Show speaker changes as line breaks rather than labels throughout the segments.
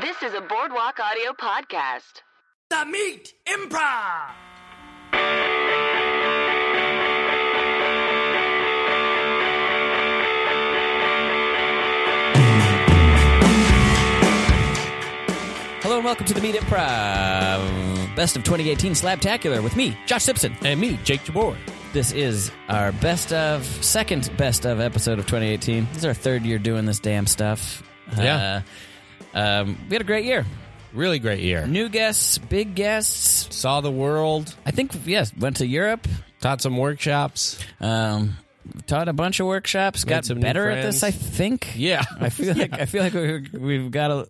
This is a Boardwalk Audio podcast.
The Meat Improv.
Hello and welcome to the Meet Improv Best of 2018 Slabtacular with me, Josh Simpson.
And me, Jake Jabor.
This is our best of, second best of episode of 2018. This is our third year doing this damn stuff.
Yeah.
Uh, um, we had a great year.
Really great year.
New guests, big guests.
Saw the world,
I think, yes, went to Europe,
taught some workshops.
um, taught a bunch of workshops, got
some new
better at this, I
friends.
think.
Yeah.
I feel like I feel like we, we've got a.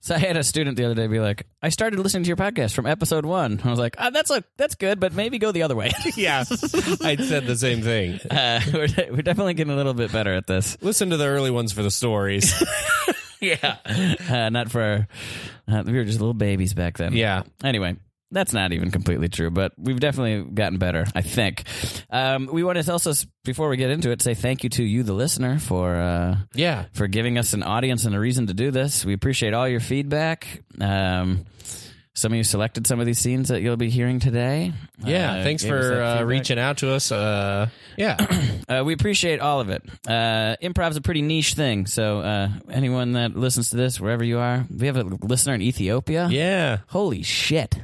So I had a student the other day be like, "I started listening to your podcast from episode one." I was like, ah, "That's a that's good, but maybe go the other way."
Yeah. I said the same thing.
uh, we're, de- we're definitely getting a little bit better at this.
Listen to the early ones for the stories.
Yeah, uh, not for uh, we were just little babies back then.
yeah.
Anyway, that's not even completely true, but we've definitely gotten better, I think. Um, we want to also, s- before we get into it, say thank you to you, the listener, for uh,
Yeah.
for giving us an audience and a reason to do this. We appreciate all your feedback. Um, some of you selected some of these scenes that you'll be hearing today.
Yeah.
Uh,
Thanks
gave us
for
that
uh,
feedback.
reaching out to us. Uh, yeah.
Uh, we appreciate all of it. Uh, improv's a pretty niche thing, so uh, anyone that listens to this, wherever you are, we have a listener in Ethiopia.
yeah.
Holy shit.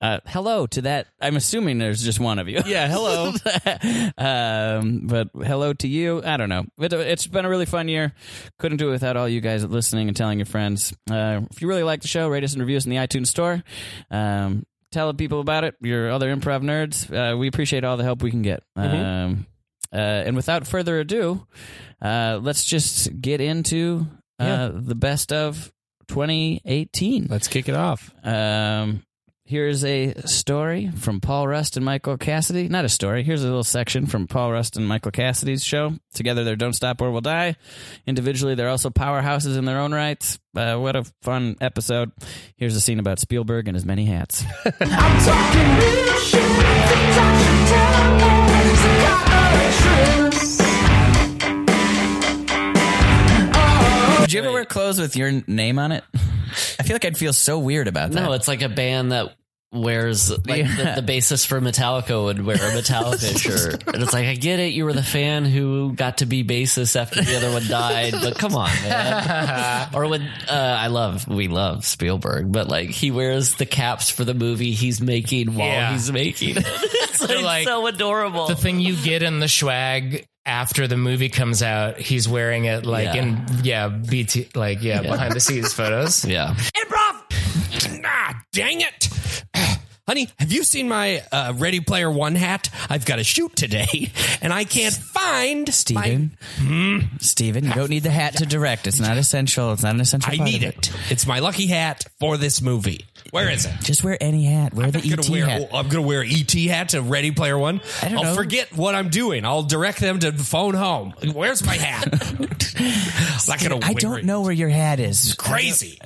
Uh, hello to that. I'm assuming there's just one of you.
Yeah. Hello.
um, but hello to you. I don't know. It, it's been a really fun year. Couldn't do it without all you guys listening and telling your friends. Uh, if you really like the show, rate us and review us in the iTunes store. Um, tell people about it. Your other improv nerds. Uh, we appreciate all the help we can get.
Mm-hmm.
Um, uh, and without further ado, uh, let's just get into uh,
Yeah.
the best of 2018.
Let's kick it off.
Um, here's a story from Paul Rust and Michael Cassidy. Not a story. Here's a little section from Paul Rust and Michael Cassidy's show. Together, they're "Don't Stop or We'll Die." Individually, they're also powerhouses in their own rights. Uh, what a fun episode! Here's a scene about Spielberg and his many hats.
I'm talking real shit. Things I should tell is a cotton
Would you ever wear clothes with your name on it? I feel like I'd feel so weird about that.
No, it's like a band that wears like
Yeah.
the, the bassist for Metallica would wear a Metallica shirt, and it's like I get it. You were the fan who got to be bassist after the other one died, but come on, man. or when uh, I love we love Spielberg, but like he wears the caps for the movie he's making while
Yeah.
he's making. it. it's like,
like-
so adorable.
the thing you get in the swag after the movie comes out. He's wearing it like
Yeah.
in yeah, BT like yeah, behind the scenes photos.
yeah,
Improv. ah, dang it. Honey, have you seen my uh, Ready Player One hat? I've got a shoot today, and I can't find Hmm?
Steven, Steven, you don't need the hat to direct. It's not essential. It's not an essential.
My, I
part of
need it. It's my lucky hat for this movie. Where is it?
Just wear any hat. Wear the
I'm gonna
ET
wear,
hat.
I'm gonna wear ET hat to Ready Player One.
I don't
will
know.
forget what I'm doing. I'll direct them to phone home. Where's my hat? I'm not gonna.
I
wear
don't
it.
know where your hat is.
Crazy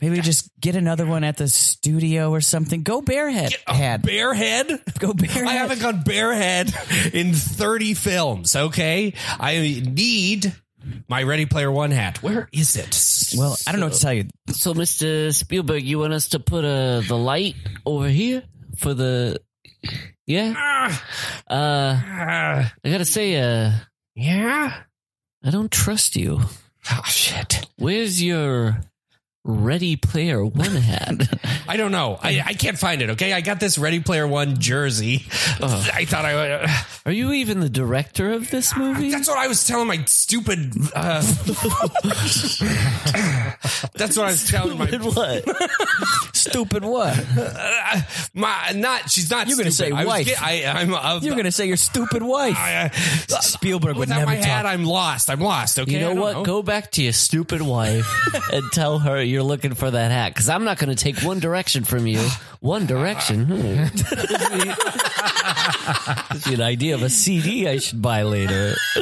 Maybe just get another one at the studio or something. Go barehead. hat.
bare head.
Go barehead.
I haven't gone bare head in 30 films. Okay, I need my Ready Player One hat. Where is it?
well, I don't know what to tell you.
So, Mr. Spielberg, you want us to put uh, the light over here for the. Yeah?
Ah.
Uh, I gotta say, uh,
Yeah.
I don't trust you.
Oh shit.
Where's your Ready Player One had.
I don't know. I, I can't find it. Okay, I got this Ready Player One jersey. I thought I would. uh,
Are you even the director of this movie?
That's what I was telling my stupid. Uh, that's what I was telling my
Stupid what? Stupid what?
uh, my not. She's not.
You're gonna
stupid.
say
I was
wife.
ki- I, am Uh,
You're gonna say your stupid wife.
I, uh,
Spielberg would
without
never
my
talk.
hat, I'm lost. I'm lost. Okay.
You know
I don't
what? Go back to your stupid wife and tell her you're looking for that hat because I'm not going to take one direction from you. One direction. Hmm. Gives you an idea of a CD I should buy later.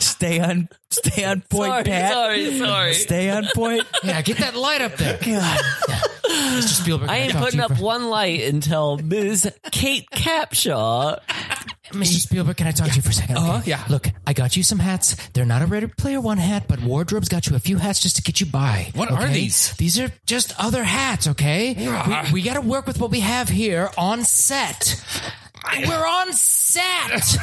stay on, stay on point,
sorry,
Pat.
sorry, sorry.
Stay on point.
Yeah, get that light up there. Mr. Spielberg,
I ain't
talk to
putting
you
up
for-
one light until Ms. Kate Capshaw.
Mr. Spielberg, can I talk to you for a second?
Uh-huh,
Okay.
yeah.
Look, I got you some hats. They're not a Ready Player One hat, but Wardrobe's got you a few hats just to get you by.
What
okay?
are these?
These are just other hats, okay?
Yeah.
We, we got to work with what we have here on set. We're on set.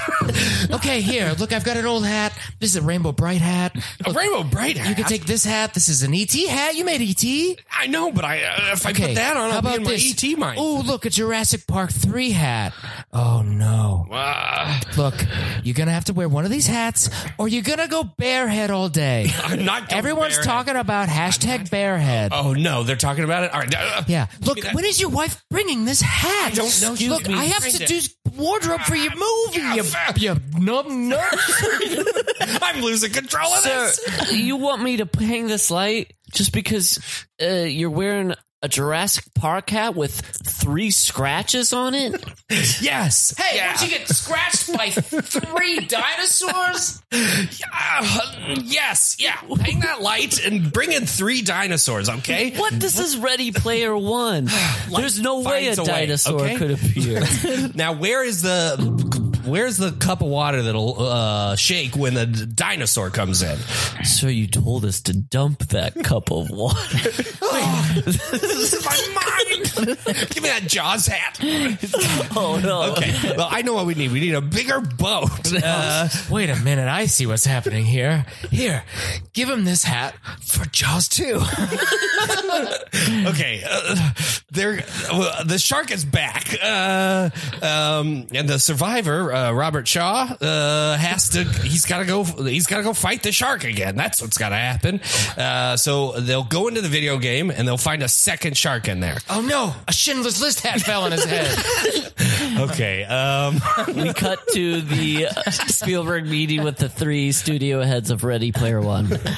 okay, here. Look, I've got an old hat. This is a Rainbow Bright hat.
A rainbow bright hat.
You can take this hat. This is an ET hat. You made ET.
I know, but I uh, if I put that on,
how
I'll be
about
in my E
this?
ET mind.
Oh, look, a Jurassic Park 3 hat. Oh, no.
Uh,
Look, you're going to have to wear one of these hats or you're going to go barehead all day.
I'm not. going
Everyone's
barehead.
talking about hashtag barehead.
Oh no, they're talking about it. All right. uh,
Yeah. Look,
give me that.
when is your wife bringing this hat?
I don't know. Excuse
Look,
me.
I have to
Bring
do wardrobe for your movie.
Yeah,
you,
fuck.
you numb nerd.
I'm losing control of
Sir,
this.
you want me to hang this light just because uh, you're wearing a Jurassic Park hat with three scratches on it?
Yes. Hey,
Don't you get scratched by three dinosaurs?
Uh, yes. Yeah. Hang that light and bring in three dinosaurs. Okay.
What? This is Ready Player One. There's no way a
finds a way,
dinosaur
okay?
could appear.
Now, where is the where's the cup of water that'll uh, shake when the dinosaur comes in?
so you told us to dump that cup of water.
this is my mind. Give me that Jaws hat.
Oh no.
Okay. Well, I know what we need. We need a bigger boat. Uh,
Wait a minute. I see what's happening here. Here, give him this hat for Jaws 2.
okay, uh, there. well, the shark is back, uh, um, and the survivor, uh, Robert Shaw, uh, has to. He's got to go. He's got to go fight the shark again. That's what's got to happen. Uh, so they'll go into the video game and they'll find a second shark in there.
Oh no, a Schindler's List hat fell on his head.
Okay. Um,
We cut to the uh, Spielberg meeting with the three studio heads of Ready Player One.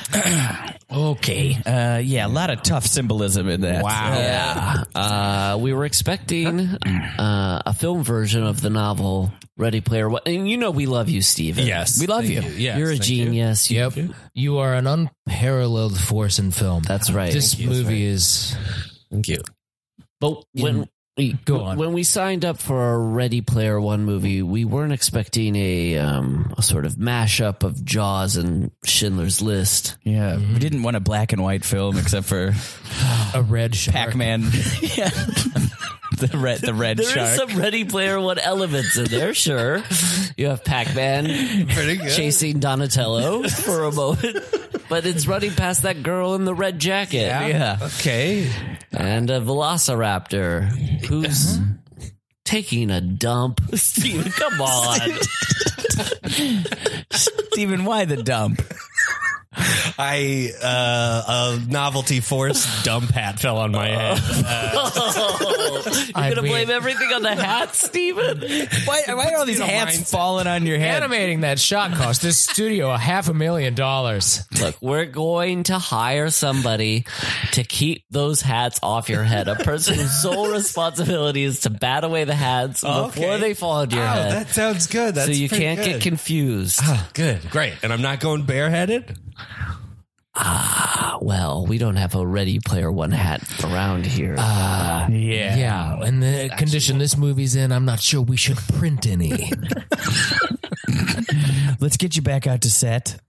Okay. Uh, yeah, a lot of tough symbolism in that. Wow.
Yeah. Uh, we were expecting uh, a film version of the novel Ready Player One. And you know we love you, Steven.
Yes.
We love
Thank
you.
you. Yes,
You're a
thank you.
genius. You-
Yep. You are an unparalleled force in film.
That's right.
This movie is.
Thank you.
But when we
Go on.
when we signed up for a Ready Player One movie, we weren't expecting a um, a sort of mashup of Jaws and Schindler's List.
Yeah. We didn't want a black and white film except for
A red shark.
Pac Man. yeah. The red, the red
There is
shark.
some Ready Player One elements in there, sure. You have Pac Man
Pretty good.
chasing Donatello for a moment, but it's running past that girl in the red jacket.
yeah.
Okay.
and a velociraptor who's taking a dump. Steven, come on.
Steven, why the dump?
I uh, a novelty force dump hat fell on my head.
Oh, You're going to
mean-
blame everything on the hat, Steven?
Why, why are all these
Steven
hats
Mindset.
falling on your head?
Animating that shot cost this studio a half a million dollars.
Look, we're going to hire somebody to keep those hats off your head. A person whose sole responsibility is to bat away the hats before
Okay.
they fall onto your
Oh,
head.
that sounds good. That's
so you
pretty
can't
good. Ah,
get confused.
Good, great, and I'm not going bareheaded.
Ah, well, we don't have a Ready Player One hat around here.
Ah,
Yeah. Yeah. And the condition this movie's in, I'm not sure we should print any.
Let's get you back out to set.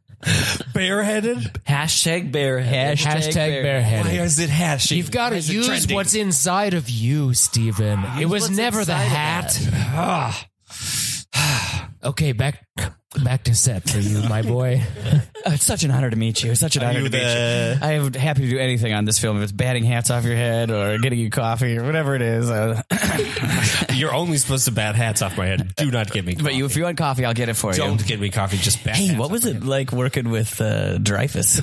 Bareheaded?
hashtag barehead.
Hashtag
Why
bareheaded.
is it hashing?
You've
Why
got to
is it
use
trending?
what's inside of you, Steven. It was
what's
never the
Ah,
inside of
hat.
that.
Okay, back back to set for you, my boy.
Oh, it's such an honor to meet you. It's such an honor
you
to meet
the-
you. I am happy to do anything on this film. If it's batting hats off your head or getting you coffee or whatever it is. Uh,
You're only supposed to bat hats off my head. Do not get me. Coffee.
but you, if you want coffee, I'll get it for
don't
you.
get me coffee. Just bat.
Hey,
hats
what
off
was
my
it like working with uh, Dreyfus?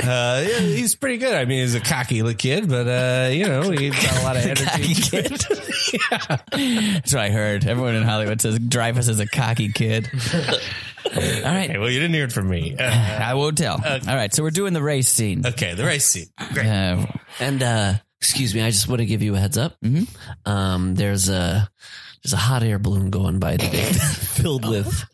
Uh, yeah, he's pretty good. I mean, he's a cocky little kid, but uh, you know, he's got a lot of energy.
That's what I heard. Everyone in Hollywood says Dreyfus is a cocky kid. All right.
Okay, well, you didn't hear it from me. Uh,
I won't tell. All right. So we're doing the race scene.
okay, the race scene. Great.
Uh, Mm-hmm.
And uh excuse me, I just want to give you a heads up. Um there's a there's a hot air balloon going by today filled with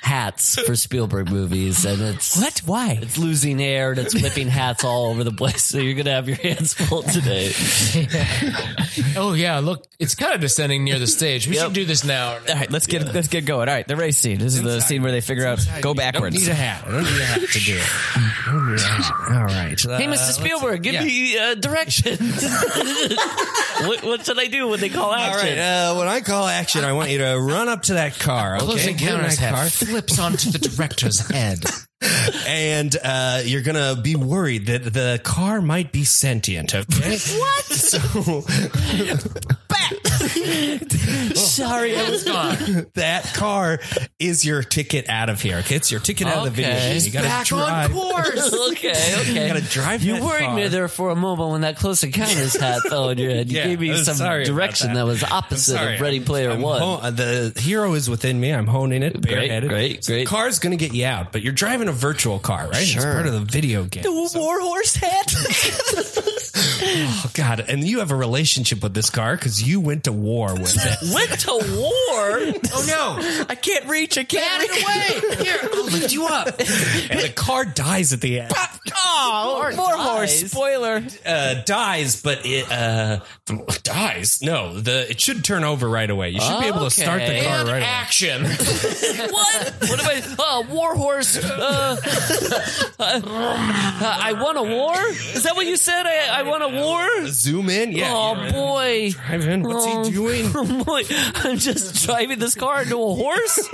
hats for Spielberg movies and it's
what? Why?
it's losing air and it's whipping hats all over the place. So you're gonna have your hands full today.
Oh yeah, look, it's kind of descending near the stage. We should do this now.
All right, let's get let's get going. All right, the race scene. This is the scene where they figure out go
Don't
backwards.
need a hat. I don't need a hat to do it. All right. Uh,
Hey, Mr. Spielberg, give
yeah.
me uh, directions. what, what should I do when they call
All
action?
right. Uh, when I call action, I want you to run up to that car. Okay.
Close
Run
Encounters
to that
head
car.
flips onto the director's head.
and uh, you're gonna be worried that the car might be sentient. Okay. what? So
Sorry, I was gone.
that car is your ticket out of here. Okay, it's your ticket out of the
Okay.
video.
It's
You gotta
back on
drive.
course.
okay, okay.
You gotta drive.
You
that
worried
car.
me there for a moment when that close encounters hat fell on your head. You
Yeah,
gave me
I'm
some
sorry about
direction
that.
that. was opposite of Ready Player
I'm
One.
hon- the hero is within me. I'm honing it.
Great,
bareheaded.
great,
So the
great.
car's going to get you out, but you're driving a virtual car, right? It's
Sure.
part of the video game.
warhorse hat.
Oh, God. And you have a relationship with this car because you went to war with it.
Went to war.
oh, no.
I can't reach. I
Out
can't
of the way. Here, I'll lift you up.
And the car dies at the end.
Oh,
Warhorse spoiler.
Uh, dies, but it uh, dies. No, the it should turn over right away. You should be able to start the
Okay.
car
And
right away.
action.
What? What am I? Uh, warhorse. Uh, uh, I won a war. Is that what you said? I, I won a war.
Zoom in. Yeah.
Oh
you're-
boy.
Driving. What's
Oh.
he doing?
Boy, I'm just driving this car into a horse.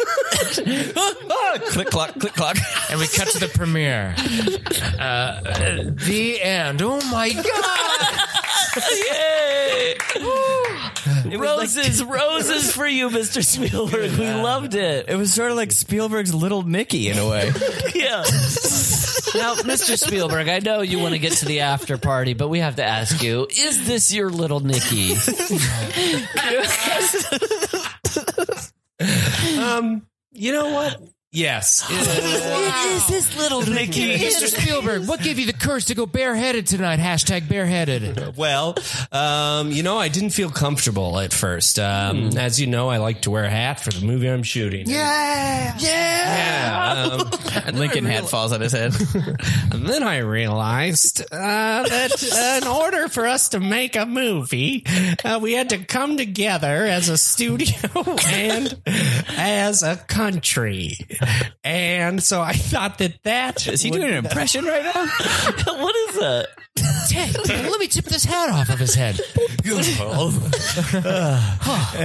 click clock, click clock.
And we cut to the premiere. Uh, uh, the end. Oh my god.
Yay! roses, roses for you, Mr. Spielberg. We loved it.
It was sort of like Spielberg's Little Nicky in a way.
Yeah. now, Mr. Spielberg, I know you want to get to the after party, but we have to ask you: Is this your little Nicky?
Um, you know what? Yes. Uh,
It is his little Nicky.
Mr. Spielberg, what gave you the courage to go bareheaded tonight? Hashtag bareheaded.
Well, um, you know, I didn't feel comfortable at first. Um,
Hmm.
As you know, I like to wear a hat for the movie I'm shooting. Yeah, yeah. um,
Lincoln hat falls on his head.
and then I realized uh, that in order for us to make a movie, uh, we had to come together as a studio and as a country. And so I thought that that
Is he
would-
doing an impression right now?
what is that?
Ted, let me tip this hat off of his head.
and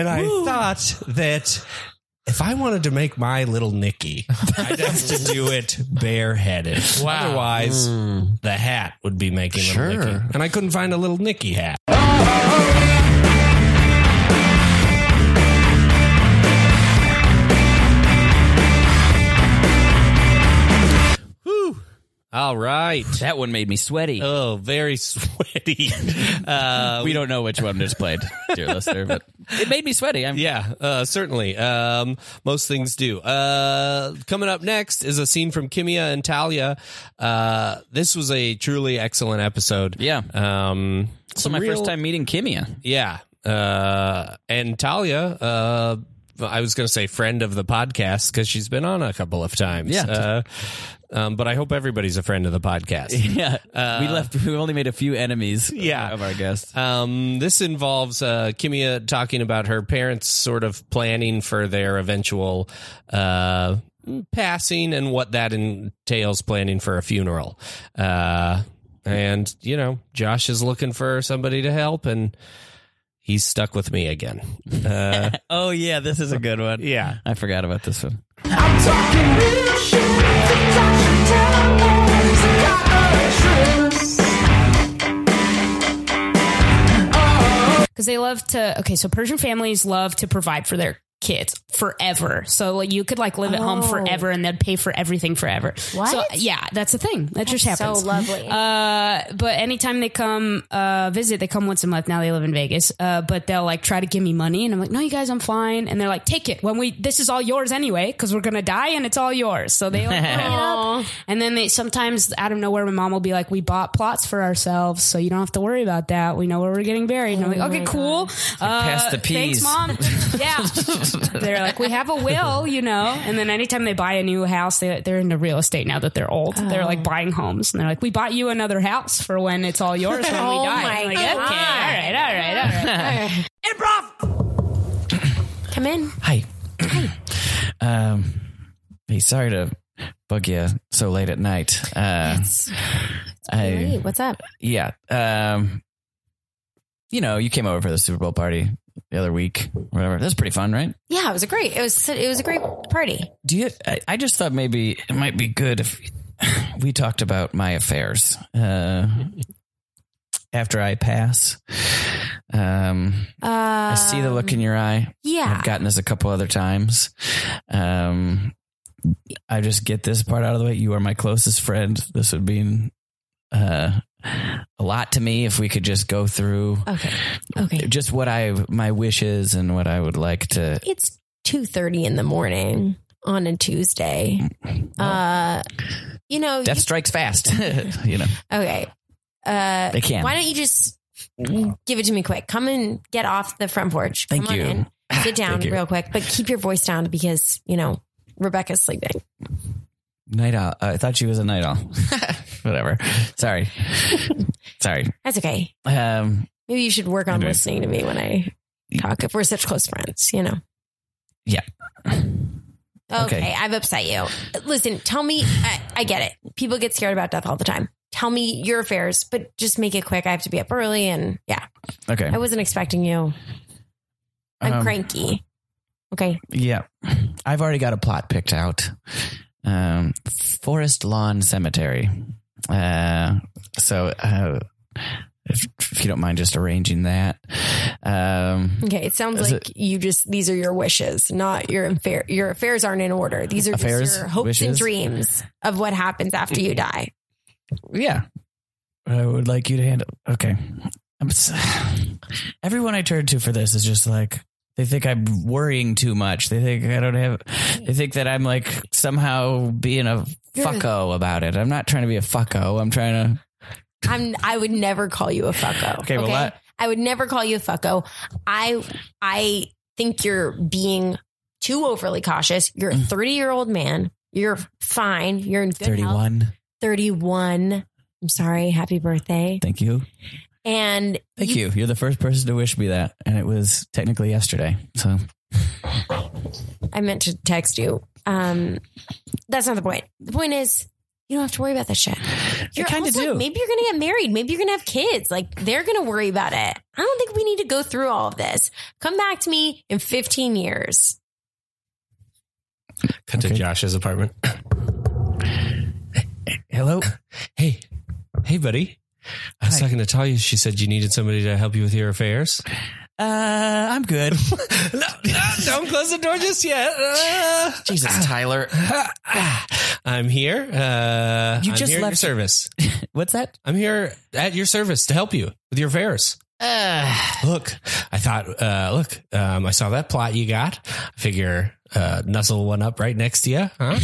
I thought that if I wanted to make my little Nicky, I'd have to do it bareheaded.
Wow. Hmm.
Otherwise, the hat would be making little Nicky, and I couldn't find a little Nicky hat. Whew. All right.
That one made me sweaty.
Oh, very sweaty. Uh,
we don't know which one just played, dear listener, but it made me sweaty. I'm,
Yeah, uh, certainly. Um, most things do. Uh, coming up next is a scene from Kimia and Talia. Uh, this was a truly excellent episode.
Yeah.
Um,
This is my
real-
first time meeting Kimia.
Yeah. Uh, and Talia, uh, I was going to say friend of the podcast because she's been on a couple of times.
Yeah.
Uh, um, but I hope everybody's a friend of the podcast.
Yeah, we left. We only made a few enemies.
uh, Yeah.
of our guests.
Um, this involves uh, Kimia talking about her parents sort of planning for their eventual uh, passing and what that entails planning for a funeral. Uh, and, you know, Josh is looking for somebody to help, and He's stuck with me again. Uh,
Oh yeah, this is a good one.
yeah.
I forgot about this one.
I'm talking real shit. Think I should tell them it's a cockatrice.
because they love to okay so persian families love to provide for their kids forever so like you could like live at home
Oh.
forever and they'd pay for everything forever
What?
so yeah that's a thing that just
That's so
happens
lovely.
uh but anytime they come uh visit they come once a month now they live in vegas uh but they'll like try to give me money and i'm like no you guys i'm fine and they're like take it when we this is all yours anyway because we're gonna die and it's all yours so they like put it up. and then they sometimes out of nowhere my mom will be like we bought plots for ourselves so you don't have to worry about that we know where we're getting buried and i'm like okay cool uh,
pass the peas.
thanks mom yeah they're like we have a will you know and then anytime they buy a new house they, they're into real estate now that they're old they're
Oh.
like buying homes and they're like we bought you another house for when it's all yours when
Oh
we die
my
I'm like,
God.
okay all right all right all right
Improv!
Come in.
Hi. um, hey, sorry to bug you so late at night. Uh, I,
Hey, what's up?
yeah. Um, you know, you came over for the Super Bowl party the other week, whatever. That was pretty fun, right?
Yeah, it was a great. It was it was a great party.
Do you? I, I just thought maybe it might be good if we talked about my affairs uh, after I pass. Um,
Uh,
I see the look in your eye.
Yeah.
I've gotten this a couple other times. Um, I just get this part out of the way. You are my closest friend. This would mean uh, a lot to me if we could just go through
Okay. Okay.
just what I my wishes and what I would like to.
It's two thirty in the morning on a Tuesday. Uh, you know.
Death strikes fast. you know
you- okay. Uh,
they can.
why don't you just give it to me quick? Come and get off the front porch.
Thank
Come on
you.
in. Sit down
Thank you.
real quick, but keep your voice down because you know Rebecca's sleeping.
Night owl. Uh, I thought she was a night owl. Whatever. Sorry. Sorry.
That's okay.
Um,
Maybe you should work on
Anyway.
listening to me when I talk. If we're such close friends, you know.
yeah.
Okay,
Okay.
I've upset you. Listen, tell me. I, I get it. People get scared about death all the time. Tell me your affairs, but just make it quick. I have to be up early, and yeah,
Okay.
I wasn't expecting you. I'm
Um,
cranky. Okay,
Yeah. I've already got a plot picked out. Um, Forest Lawn Cemetery. Uh, so, uh, if, if you don't mind just arranging that. Um,
okay. It sounds
Is
like you just these are your wishes, not your affair. Your affairs aren't in order. These are
Affairs,
just your hopes and
wishes.
dreams of what happens after you die.
yeah. I would like you to handle. Okay. I'm s everyone I turn to for this is just like, they think I'm worrying too much. They think I don't have, they think that I'm like somehow being a fucko about it. I'm not trying to be a fucko. I'm trying to.
I'm. I would never call you a fucko.
Okay, well, that-
I would never call you a fucko. I. I think you're being too overly cautious. You're a
Mm.
30 year old man. You're fine. You're in good 31.
31.
31. I'm sorry. Happy birthday.
Thank you.
And
Thank you. You're the first person to wish me that, and it was technically yesterday. So
I meant to text you. Um, that's not the point. The point is. You don't have to worry about this shit. You're
kinda
also-
do.
Maybe you're gonna get married. Maybe you're gonna have kids. Like they're gonna worry about it. I don't think we need to go through all of this. Come back to me in 15 years.
Cut to Josh's apartment.
hello.
Hey, hey, buddy. I was
Hi.
talking to Talia. She said you needed somebody to help you with your affairs.
Uh, I'm good.
no, no, don't close the door just yet. Uh,
Jesus, Tyler.
I'm here. Uh,
You
I'm
just
here at your
left-
service.
What's that?
I'm here at your service to help you with your affairs. look, I thought, uh, look, um, I saw that plot you got. I figure, uh, nuzzle one up right next to you, huh?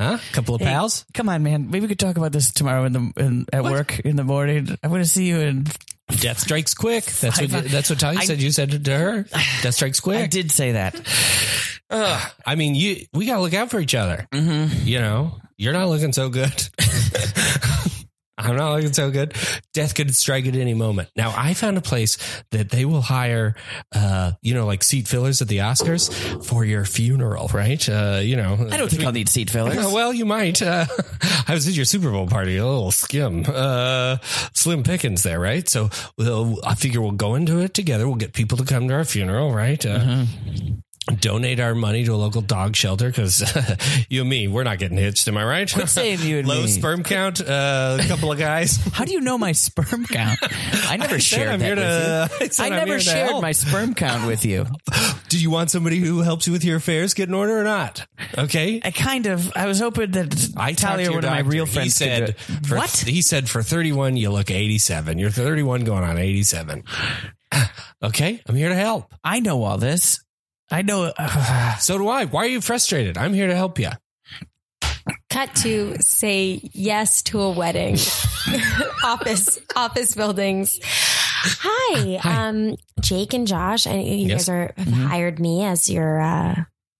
Huh? Couple of pals.
Come on, man. Maybe we could talk about this tomorrow in the in, at work in the morning. I want to see you. And
Death strikes quick. That's what that's what Talia said. You said it to her. Death strikes quick.
I did say that.
Ugh. I mean, you
Mm-hmm.
we gotta look out for each other. You know, you're not looking so good. I'm not looking so good. Death could strike at any moment. Now, I found a place that they will hire, uh, you know, like seat fillers at the Oscars for your funeral, right? Uh, you know,
I don't think I'll need seat fillers.
Uh, well, you might. Uh, I was at your Super Bowl party, a little skim, uh, slim pickings there, right? So we'll, I figure we'll go into it together. We'll get people to come to our funeral, right? Uh,
Mm-hmm.
Donate our money to a local dog shelter because you and me, we're not getting hitched. Am I right?
Quit saying you and
Low
me.
sperm count, uh, a couple of guys.
How do you know my sperm count? I never
I said
shared
I'm
that
here to-
with you.
I said
I
I'm
never
here to
shared
help.
my sperm count with you.
Do you want somebody who helps you with your affairs get in order or not? Okay.
I kind of. I was hoping that
I talked to
Talia,
your
one of my
doctor.
real
He
friends, could do
said,
it.
for-
"What?
He said, for 31, you look 87. You're 31 going on 87. okay. I'm here to help.
I know all this. I know." uh,
So do I. Why are you frustrated? I'm here to help you.
Cut to say yes to a wedding. office office buildings. Hi, Um, Jake and Josh. I, you
Yes.
guys are, have hired me as your uh,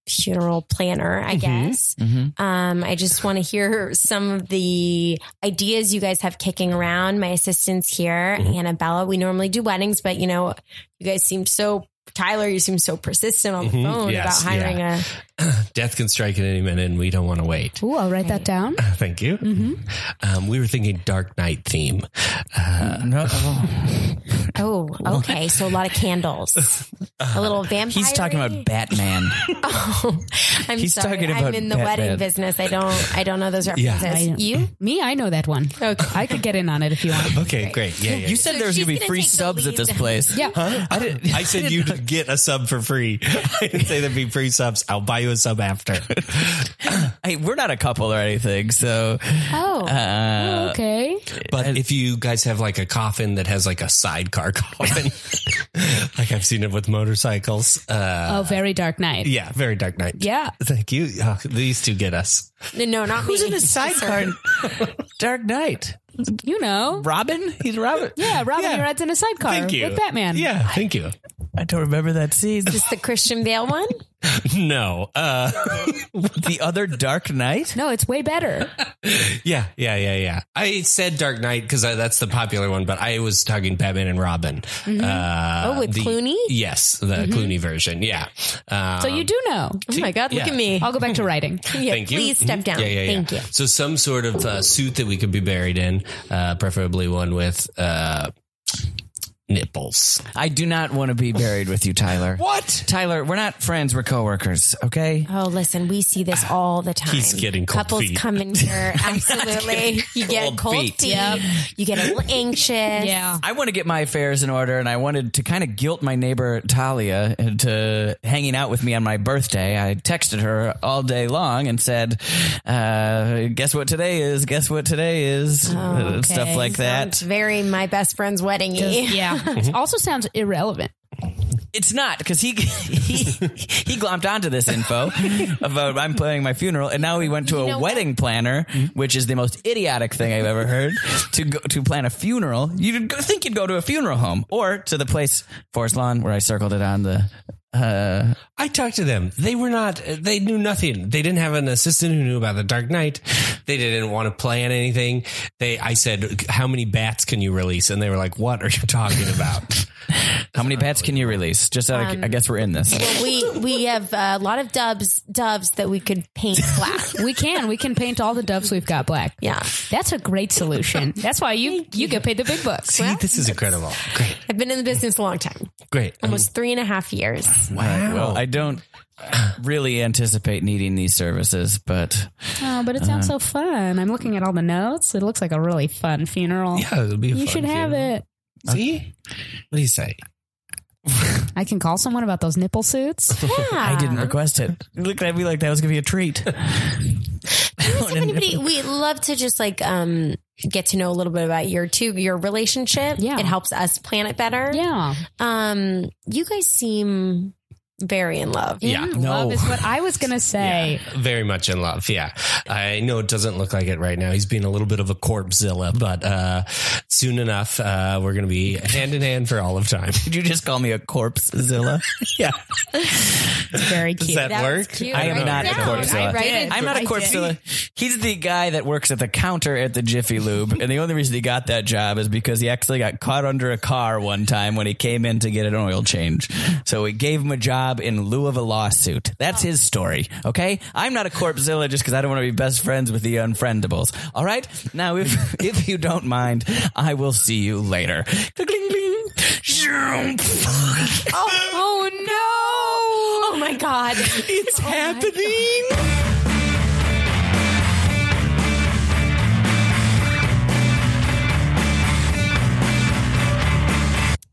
funeral planner, I
Mm-hmm.
guess.
Mm-hmm.
Um, I just want to hear some of the ideas you guys have kicking around. My assistant's here,
Mm-hmm.
Annabella. We normally do weddings, but you know, you guys seemed so. Tyler, you seemed so persistent on the
Mhm.
phone
Yes,
about hiring
yeah. Death can strike at any minute and we don't want to wait.
Ooh, I'll write that down.
Thank you.
Mm-hmm.
Um, we were thinking Dark Knight theme. Uh,
No,
a. Oh, okay. So a lot of candles, a little vampire.
he's talking about Batman.
Oh, I'm
He's
sorry.
talking about
I'm in the
Batman.
wedding business. I don't. I don't know those
Yeah.
references.
I-
You?
Me, I know that one.
Okay.
I could get in on it if you want.
Okay, great. Yeah, yeah.
You said
So
there was
she's
gonna be
gonna
free
take the
subs at
lead.
this place.
Yeah.
I didn't.
I said you'd get a sub for free. I didn't say there'd be free subs. I'll buy you a sub after.
Hey, we're not a couple or anything, so.
Oh,
Uh,
okay.
But if you guys have like a coffin that has like a sidecar coffin, like I've seen it with motorcycles, uh,
oh, very dark night.
yeah, very Dark Knight.
Yeah.
Thank you. Oh, these two get us.
no, not
Who's
me.
in the sidecar? in Dark Knight.
You know.
Robin? He's Robin.
Yeah, Robin
Yeah.
he rides in a sidecar
Thank you.
with Batman.
Yeah, thank you.
I don't remember that scene.
Is this the Christian Bale one?
No. Uh,
the other Dark Knight?
No, it's way better.
yeah, yeah, yeah, yeah. I said Dark Knight because that's the popular one, but I was talking Batman and Robin. Uh,
Oh, with
the-
Clooney? Mm-hmm.
Yes, the Clooney version. Yeah. Um,
So you do know.
Oh my God! Look
Yeah.
at me.
I'll go back to writing. Mm-hmm.
Yeah,
Thank you. Mm-hmm.
Please step down.
Yeah, yeah, yeah.
Thank you.
So some sort of uh, suit that we could be buried in, uh, preferably one with uh, nipples.
I do not want to be buried with you, Tyler.
What?
Tyler, we're not friends, we're coworkers, okay?
Oh, listen, we see this all the time.
He's getting cold
Couples
feet.
come in here. Absolutely. you get
cold
cold, cold
feet.
feet. You get a little anxious.
Yeah.
I want to get my affairs in order, and I wanted to kind of guilt my neighbor Talia into hanging out with me on my birthday. I texted her all day long and said, uh, "Guess what today is? Guess what today is?"
Oh,
Uh, Stuff
okay.
like
It's
that. Mm-hmm.
very my best friend's wedding
Yeah. also sounds irrelevant.
It's not because he he he glomped onto this info about I'm planning my funeral, and now he went to
You
a
know
wedding planner, which is the most idiotic thing I've ever heard. To go to plan a funeral, you'd go- think you'd go to a funeral home or to the place Forest Lawn where I circled it on the. Uh,
I talked to them. They were not. They knew nothing. They didn't have an assistant who knew about the Dark Knight. They didn't want to plan anything. They. I said, "How many bats can you release?" And they were like, "What are you talking about?"
How many bats can you release? Just out of, I guess we're in this.
Um, Well, we we have a lot of doves doves that we could paint black.
We can. We can paint all the doves we've got black.
Yeah.
That's a great solution. That's why you you get paid the big bucks.
See, this is incredible. Great,
I've been in the business a long time,
great.
Mm-hmm.
almost three and a half years.
Wow. Well, I don't really anticipate needing these services, but
Oh, but it sounds
Uh-huh.
so fun. I'm looking at all the notes. It looks like a really fun funeral.
yeah, Oh, it'll be. A
you
fun
should have
funeral.
it.
See, what do you say?
I can call someone about those nipple suits.
Yeah.
I didn't request it. Look at me like that was gonna be a treat.
If anybody, we love to just like um get to know a little bit about your two your relationship.
Yeah.
It helps us plan it better.
yeah.
Um, you guys seem very in love.
Yeah.
In
No.
Love is what I was gonna say.
Very much in love. Yeah. I know it doesn't look like it right now. He's being a little bit of a corpzilla, but uh, soon enough, uh, we're going to be hand in hand for all of time.
Did you just call me a corpsezilla?
yeah.
It's very
Does
cute.
that,
That was
work?
cute.
I am
Write
not
it
a
down.
corpsezilla.
I write it.
I'm not a
I
corpsezilla. He's the guy that works at the counter at the Jiffy Lube, and the only reason he got that job is because he actually got caught under a car one time when he came in to get an oil change. So we gave him a job in lieu of a lawsuit. That's his story. Okay, I'm not a corpsezilla just because I don't want to be best friends with the unfriendables. All right, now if if you don't mind, I will see you later.
Oh no!
Oh my God.
It's happening.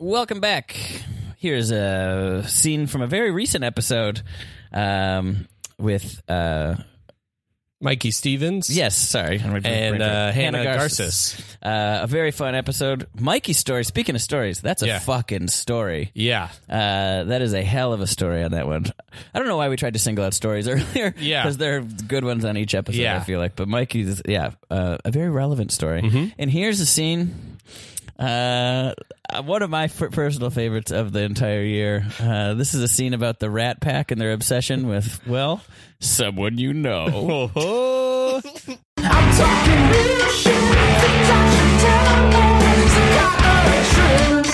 Welcome back. Here's a scene from a very recent episode um, with, uh,
Mikey Stevens.
yes, sorry.
And uh, Hannah, Garces.
Uh, a very fun episode. Mikey's story. Speaking of stories, that's a
Yeah.
fucking story.
Yeah.
Uh, that is a hell of a story on that one. I don't know why we tried to single out stories earlier.
Yeah.
Because there are good ones on each episode,
Yeah.
I feel like. But Mikey's, yeah, uh, a very relevant story. And here's a scene. Uh, one of my f- personal favorites of the entire year. Uh, this is a scene about the Rat Pack and their obsession with, well, someone you know.
I'm talking real shit. Things I should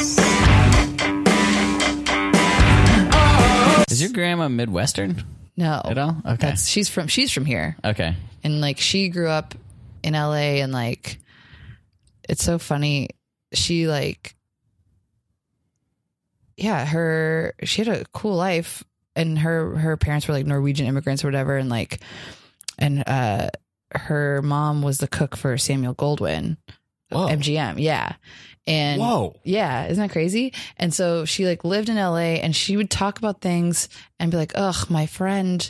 tell is a cockatrice.
is your grandma Midwestern?
No,
At all? Okay.
That's she's from she's from here,
Okay.
and like she grew up in L.A. and like it's so funny. She like yeah, her she had a cool life, and her her parents were like Norwegian immigrants or whatever, and like and uh her mom was the cook for Samuel Goldwyn,
Whoa.
MGM, yeah, and
Whoa.
yeah, isn't that crazy? And so she like lived in LA and she would talk about things and be like, "Ugh, my friend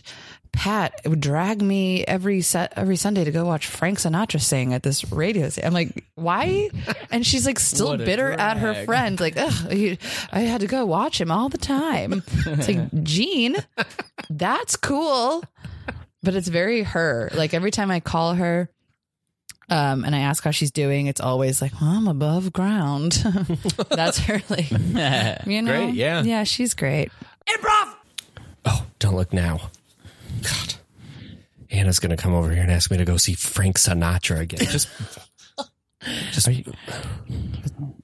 Pat would drag me every set every Sunday to go watch Frank Sinatra sing at this radio station." I'm like, "Why?" And she's like still
What a
bitter at her
drag.
friend like, "Ugh, he- I had to go watch him all the time." It's like, "Jean, that's cool." But it's very her. Like every time I call her um, and I ask how she's doing, it's always like, well, I'm above ground. That's her, like, you know?
Great, yeah.
Yeah, she's great.
Improv!
Oh, don't look now. God. Hannah's going to come over here and ask me to go see Frank Sinatra again. Just. Just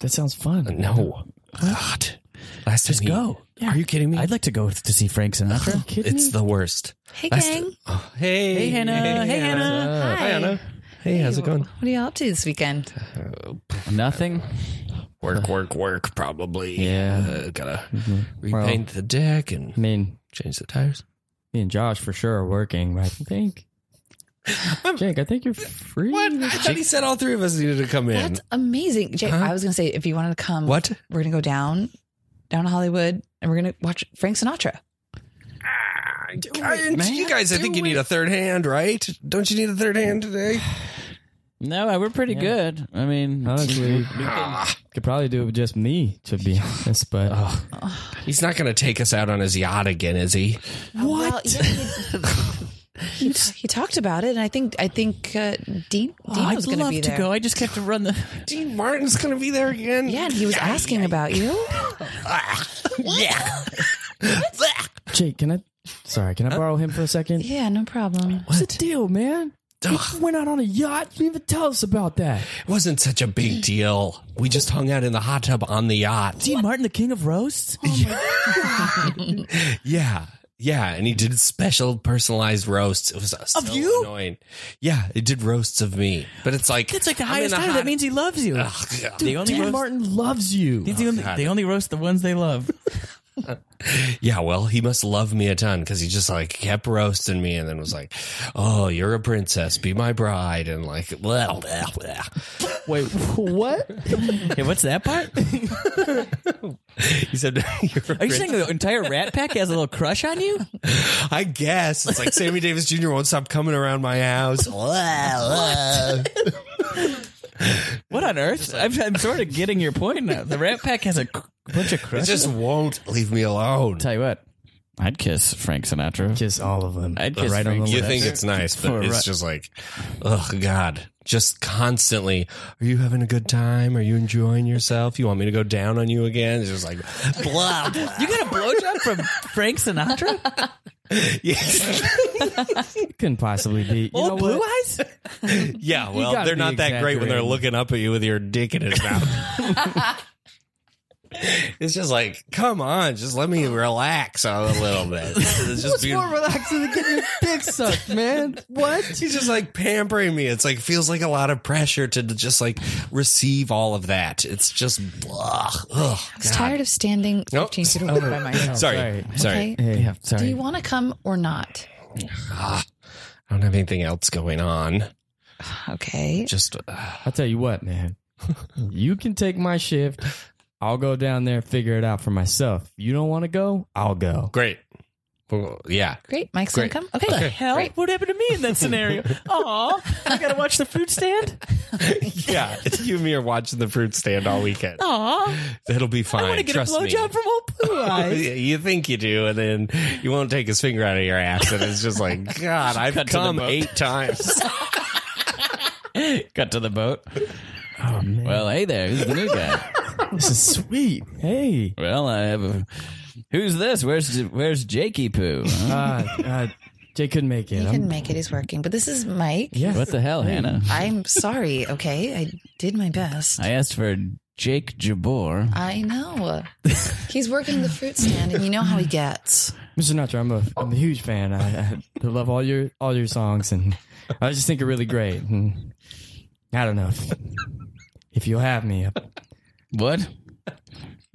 That sounds fun.
no, God. Last
Just
time he-
go.
Are you kidding me?
I'd like to go to see Frank Sinatra. Kidding
it's
me?
the worst.
Hey,
Last-
gang.
Oh, hey.
Hey, Hannah. Hey, Hannah.
Hi, Hannah. Uh, Hey, how's it going?
What are you up to this weekend?
Nothing.
Work, work, work. Probably.
Yeah.
Uh, gotta
Mm-hmm.
repaint the deck and
I mean,
change the tires.
me and Josh for sure are working. But I think, Jake, I think you're free.
I thought he said all three of us needed to come in.
That's amazing. Jake, I was going to say, if you wanted to come,
What?
we're going to go down, down to Hollywood, and we're going to watch Frank Sinatra.
I- you guys, I think you need a third hand, right? Don't you need a third hand today?
No, I- we're pretty good. I mean,
Honestly, we could probably do it with just me, to be honest. But
He's not going to take us out on his yacht again, is he?
Oh,
What? he, he, he talked about it, and I think I think uh, Dean, Dean was going to be there.
I just have to run the.
Dean Martin's going to be there again.
Yeah, and he was asking about you.
yeah.
Jake, can I? Sorry, can I borrow him for a second?
Yeah, no problem.
What's the deal, man? You went out on a yacht. You didn't even tell us about that.
It wasn't such a big deal. We just hung out in the hot tub on the yacht.
Dean Martin, the king of roasts.
Yeah. Yeah, and he did special personalized roasts. It was uh, so
you?
annoying. Yeah, it did roasts of me, but it's like
That's like the
I'm in
highest
a
title.
hot-
That means he loves you.
Ugh, God.
the only
Dean
roast,
Martin loves you.
Oh,
They, only, they only roast the ones they love.
Yeah, well, he must love me a ton because he just like kept roasting me and then was like, "Oh, you're a princess, be my bride," and like, blah, blah, blah.
Wait, what?
yeah, what's that part?
he said, "You're a
Are you
prin-
saying the entire Rat Pack has a little crush on you?
I guess it's like Sammy Davis Jr. won't stop coming around my house." Blah, blah.
What on earth? I'm, I'm sort of getting your point now. The Rat Pack has a c- bunch of
It
crushes.
just won't leave me alone.
tell you what, I'd kiss Frank Sinatra.
Kiss all of them.
I'd kiss
Right on
Frank
the
you
Sinatra.
think it's nice, but
For
it's
right-
just like, oh God, just constantly. Are you having a good time? Are you enjoying yourself? You want me to go down on you again? It's just like, blah. blah.
You got a blowjob from Frank Sinatra?
Couldn't possibly be. You know what?
eyes?
yeah.
You
Well,
gotta
they're
be
not that great when they're
exaggerating.
looking up at you with your dick in his mouth. it's just like, come on, just let me relax a little bit. It's just
What's
beautiful.
more relaxing than getting your dick sucked, man? What?
She's just like pampering me. It's like feels like a lot of pressure to just like receive all of that. It's just blah. Ugh,
I was tired of standing
Nope.
15 feet away by myself.
Sorry, sorry.
Okay.
Yeah,
Do you want to come or not?
Ah, I don't have anything else going on.
Okay.
Just uh,
I'll tell you what, man. you can take my shift. I'll go down there and figure it out for myself. You don't want to go? I'll go.
great. Well, yeah,
Great. Mike's
Great.
gonna come. Okay.
Hell, what happened to me in that scenario? Aw, I gotta watch the food stand.
yeah. It's you and me are watching the fruit stand all weekend.
Aw,
It'll be fine.
I want to get a
Trust me.
blowjob from old blue eyes.
you think you do, and then you won't take his finger out of your ass, and it's just like, God, I've
Cut to the
come
boat.
eight times.
Cut to the boat. Well, hey there, who's the new guy?
This is sweet. Hey.
well, I have a. Who's this? Where's Where's Jakey Poo? huh?
Uh, uh, Jay couldn't make it.
He
I'm-
can make it. He's working. But this is Mike.
yeah.
What the hell, Hannah?
I'm sorry. Okay. I did my best.
I asked for Jake Jabor.
I know. He's working the fruit stand, and you know how he gets.
Mr. Nutter, I'm a I'm a huge fan. I, I love all your all your songs, and I just think you're really great. And I don't know if, if you'll have me. I
What?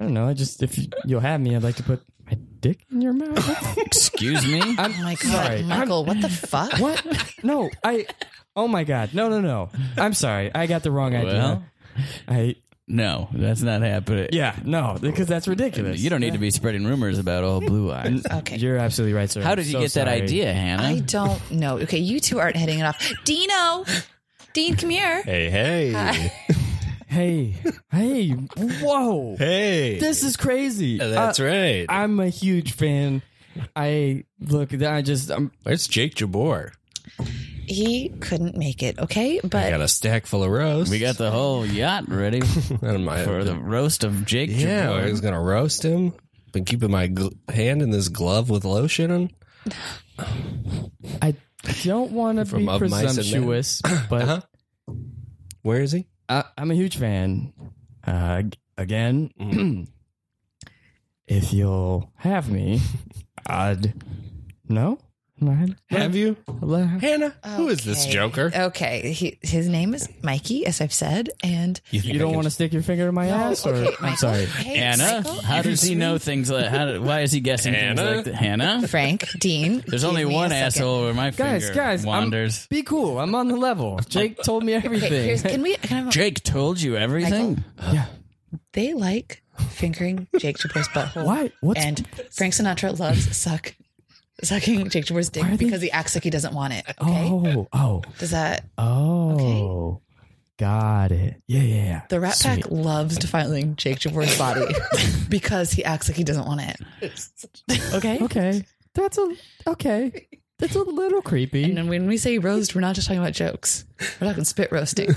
don't know. I just if you, you'll have me, I'd like to put my dick in your mouth.
Excuse me?
I'm
Oh my God,
sorry. I'm-
Michael, what the fuck?
what? No, I. Oh my God! No, no, no! I'm sorry. I got the wrong idea.
Well.
I
No, that's not happening.
yeah no because that's ridiculous.
You don't need to be spreading rumors about old blue eyes.
Okay.
You're absolutely right, sir.
How
I'm
did you
so
get that
sorry.
idea, Hannah?
I don't know. Okay, you two aren't heading it off. Dino, Dean, come here.
hey, hey,
Hey, hey, whoa!
hey.
This is crazy.
That's
Uh,
right.
I'm a huge fan. I look. I just. I'm,
Where's Jake Jabor?
He couldn't make it. Okay,
I got
but
a stack full of roast.
We got the whole yacht ready
And my-
for the roast of Jake
yeah. I
Jabor.
was gonna roast him. Been keeping my gl- hand in this glove with lotion. on.
I don't want to
From
be
Of Mice and Men.
presumptuous, but
Uh-huh. Where is he?
I, I'm a huge fan. Uh, ag- again,
Mm.
if you'll have me, I'd. No, I'd
Have you,
love-
Hannah? Who is this
Okay.
Joker?
okay, he, his name is Mikey, as I've said, and
think
You
I
don't
can-
want to stick your finger in my ass, or
okay,
I'm
Michael.
sorry.
Hey,
Anna,
Michael,
how does he know things like? How, do- why is he guessing
Hannah?
things like that? Hannah,
Frank, Dean.
there's
give
only
me a
one
second.
asshole where my
Guys,
finger
guys, I'm-
wanders.
be cool. I'm on the level. Jake told me everything.
Okay, here's, can we? Can I,
Jake told you everything.
yeah.
they like fingering Jake Jabor's butthole.
Why? What's-
and Frank Sinatra loves suck sucking Jake Jabor's dick
Why are they-
because he acts like he doesn't want it. Okay,
Oh, oh,
does that?
oh. Got it. Yeah, yeah, yeah.
The Rat Pack loves defiling Jake Jabor's body because he acts like he doesn't want it. Okay.
Okay. That's a okay. That's a little creepy.
And then when we say roast, we're not just talking about jokes. We're talking spit roasting.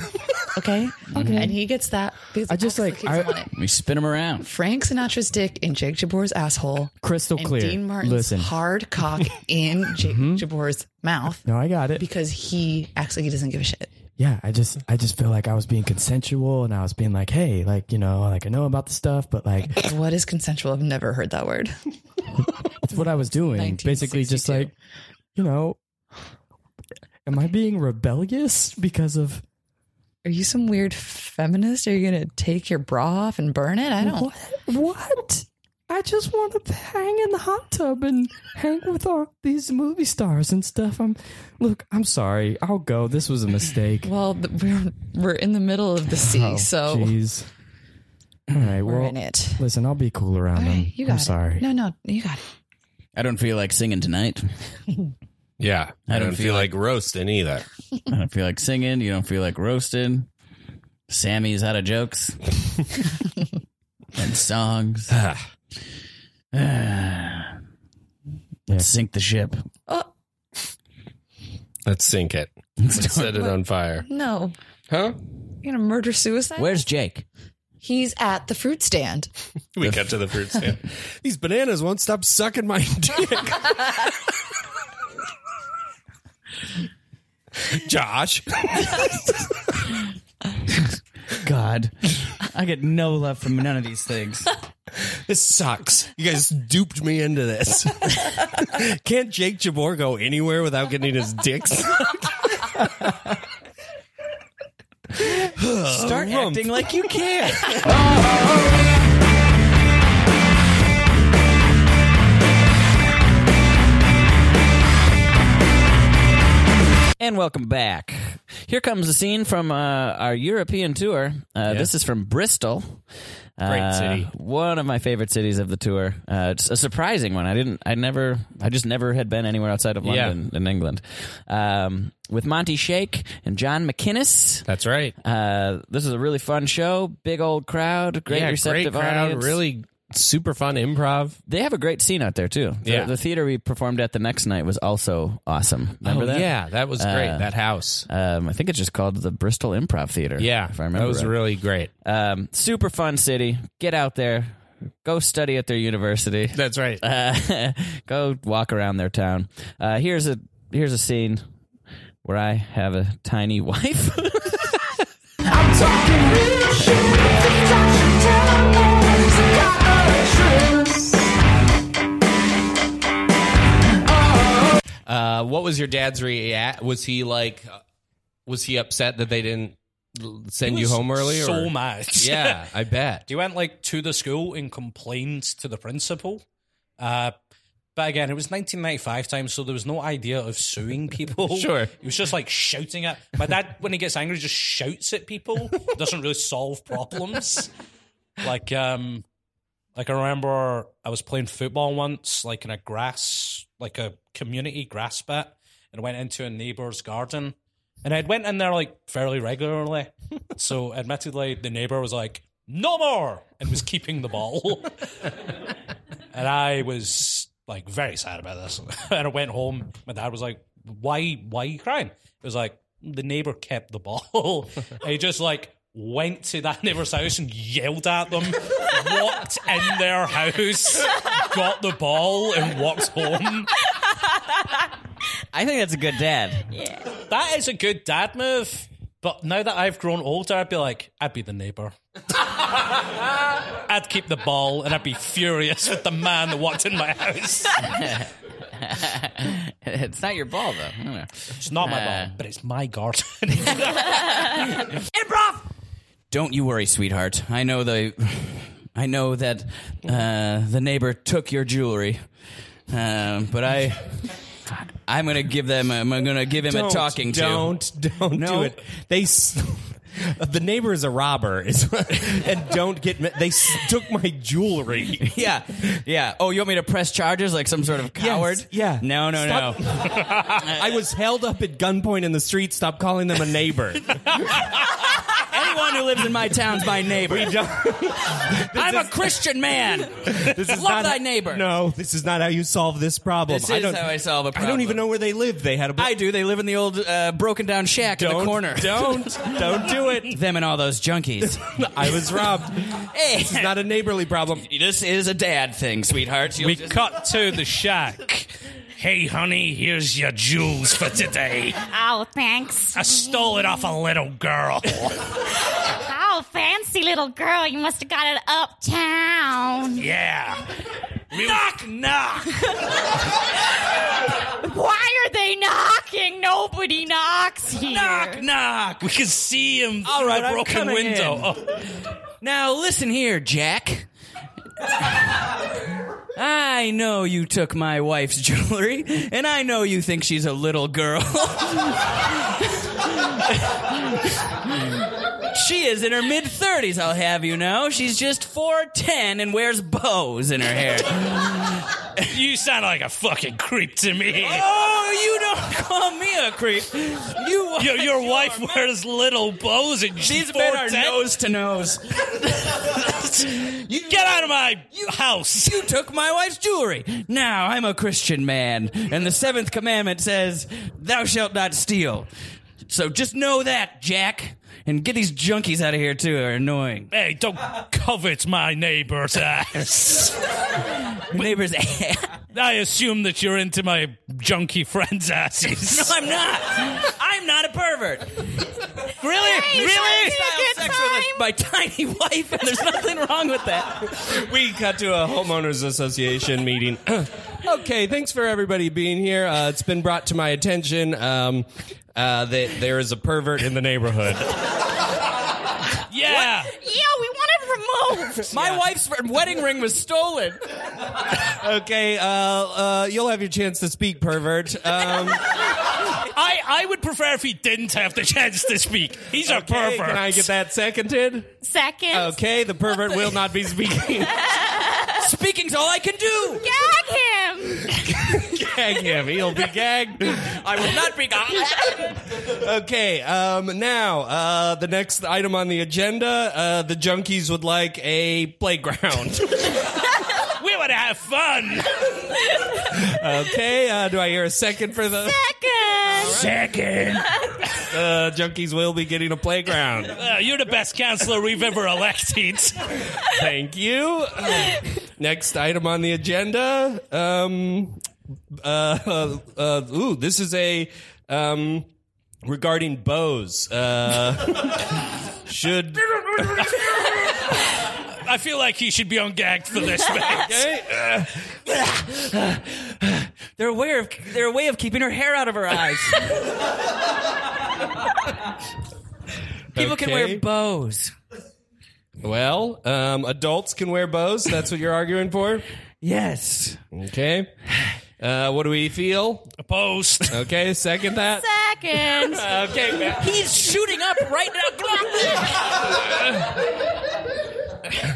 Okay. Okay. And he gets that because
I just,
he acts
like,
he doesn't
I-
want it.
We spin him around.
Frank Sinatra's dick in Jake Jabor's asshole.
Crystal
and
clear.
Dean Martin's
Listen. Mm-hmm.
hard cock in Jake Jabor's mouth
No, I got it.
because he acts like he doesn't give a shit.
Yeah, I just I just feel like I was being consensual and I was being like, hey, like, you know, like I know about the stuff, but like
What is consensual? I've never heard that word.
that's what I was doing. Basically just
1962.
like, you know, am I being rebellious because of
Are you some weird feminist? Are you going to take your bra off and burn it? I don't.
What? What? I just want to hang in the hot tub and hang with all these movie stars and stuff. I'm look. I'm sorry. I'll go. This was a mistake.
Well, th- we're we're in the middle of the sea,
Oh,
so
jeez. All right.
we're
well,
in it.
listen. I'll be cool around
All
them.
right, you got
I'm
it.
sorry.
No, no, you got it.
I don't feel like singing tonight.
Yeah, I don't, feel like, roasting either.
I don't feel like singing. You don't feel like roasting. Sammy's out of jokes and songs. Ah.
Ah,
Let's sink the ship.
Uh. Let's sink it. Let's set it on fire.
No.
Huh?
You're gonna murder suicide?
Where's Jake?
He's at the fruit stand.
We cut to the fruit stand. These bananas won't stop sucking my dick. Josh.
God, I get no love from none of these things.
This sucks. You guys duped me into this. Can't Jake Jabor go anywhere without getting his dick sucked?
Start acting like you can. And welcome back. Here comes the scene from uh, our European tour. Uh, This is from Bristol.
Great
Uh,
city.
One of my favorite cities of the tour. Uh, it's a surprising one. I didn't. I never. I just never had been anywhere outside of
Yeah.
London in England. Um, with Monty Shake and John McInnes.
That's right.
Uh, this is a really fun show. Big old crowd. Great
Yeah,
receptive
great crowd,
audience.
Really super fun improv.
They have a great scene out there too. The,
Yeah.
the theater we performed at the next night was also awesome. Remember
Oh,
that? Uh,
yeah, that was great. That house.
Um, I think it's just called the Bristol Improv Theater.
Yeah,
if I remember.
that was
right.
really great.
Um, super fun city. Get out there. Go study at their university.
That's right.
Uh, go walk around their town. Uh, here's a here's a scene where I have a tiny wife.
I'm talking real shit. Things I should tell a man is a god of truth.
Uh, what was your dad's react? Was he like, uh, was he upset that they didn't l- send
He
you
was
home earlier?
So
or-
mad.
Yeah, I bet.
he went like to the school and complained to the principal. Uh, but again, it was 1995 time, so there was no idea of suing people.
Sure.
He was just like shouting at my dad when he gets angry, just shouts at people, doesn't really solve problems. Like, um, like I remember I was playing football once, like in a grass, like a community grass bit, and I went into a neighbor's garden. And I'd went in there like fairly regularly. so admittedly, the neighbor was like, no more, and was keeping the ball. and I was like very sad about this. and I went home. My dad was like, why, why are you crying? It was like, the neighbor kept the ball. and he just like went to that neighbor's house and yelled at them, walked in their house, got the ball, and walked home.
I think that's a good dad.
That is a good dad move. But now that I've grown older, I'd be like, I'd be the neighbor. I'd keep the ball and I'd be furious with the man that walked in my house.
it's not your ball though. I don't know.
It's not my
Uh.
ball, but it's my garden.
Don't you worry, sweetheart. I know the, I know that uh, the neighbor took your jewelry, uh, but I, I'm gonna give them. I'm gonna give him a talking
don't,
to.
Don't, don't
No.
do it. They. S- The neighbor is a robber, is and don't get me- they s- took my jewelry.
Yeah, yeah. Oh, you want me to press charges like some sort of coward?
yeah.
No, no,
Stop.
no.
I was held up at gunpoint in the street. Stop calling them a neighbor.
Anyone who lives in my town's my neighbor. I'm a Christian man.
This is
Love thy neighbor.
No, this is not how you solve this problem.
This
I
is
don't,
how I solve a
I
problem.
don't even know where they live. They had a.
I do. They live in the old uh, broken down shack in the
Don't-
corner.
Don't don't do it.
Them and all those junkies.
I was robbed.
hey,
It's not a neighborly problem.
this is a dad thing, sweetheart. You'll
we
just-
cut to the shack. Hey, honey, here's your jewels for today.
Oh, thanks.
I stole it off a little girl.
Oh, fancy little girl. You must have got it uptown.
Yeah. knock, knock.
Why are they knocking? Nobody knocks here.
Knock, knock. We can see him
All
through
right,
the
I'm
broken
coming
window.
in.
Oh.
Now listen here, Jack. I know you took my wife's jewelry, and I know you think she's a little girl. she is in her mid 30s, I'll have you know. She's just 4'10 and wears bows in her hair.
You sound like a fucking creep to me.
Oh,
you don't call me a creep. You, your, your wife wears little bows and she's
men are
nose to nose.
you get out of my house. You took my wife's jewelry. Now I'm a Christian man, and the seventh commandment says, "Thou shalt not steal." So just know that, Jack, and get these junkies out of here too. Are annoying.
Hey, don't covet my neighbor's ass.
neighbor's ass.
I assume that you're into my junkie friend's asses.
No, I'm not. I'm not a pervert. Really,
Hey,
really.
it's gonna be a good
sex with a- my tiny wife, and there's nothing wrong with that.
we cut to a homeowners association meeting. okay, thanks for everybody being here. Uh, it's been brought to my attention um, uh, that there is a pervert in the neighborhood.
Yeah,
Yeah.
we want it removed.
My wife's wedding ring was stolen.
okay, uh, uh, you'll have your chance to speak, pervert. Um,
I, I would prefer if he didn't have the chance to speak. He's a
okay,
pervert.
can I get that seconded?
Second.
Okay, the pervert will not be speaking.
Speaking's all I can do.
Gag him.
Gag him. He'll be gagged.
I will not be gone.
Okay, um, now, uh, the next item on the agenda uh, the junkies would like a playground.
we would have fun.
okay, uh, do I hear a second for the.
Second.
Uh, junkies will be getting a playground.
Uh, you're the best counselor we've ever elected.
Thank you. Uh, Next item on the agenda. Um, uh, uh, ooh, this is a um, regarding bows. Uh, should
I feel like he should be ungagged for this, uh, mate.
Okay.
They're aware of they're a way of keeping her hair out of her eyes. People can
Okay.
wear bows.
well, um, adults can wear bows. That's what you're arguing for.
Yes.
Okay. Uh, what do we feel?
Opposed.
Okay. Second that.
Second.
okay, Matt.
He's shooting up right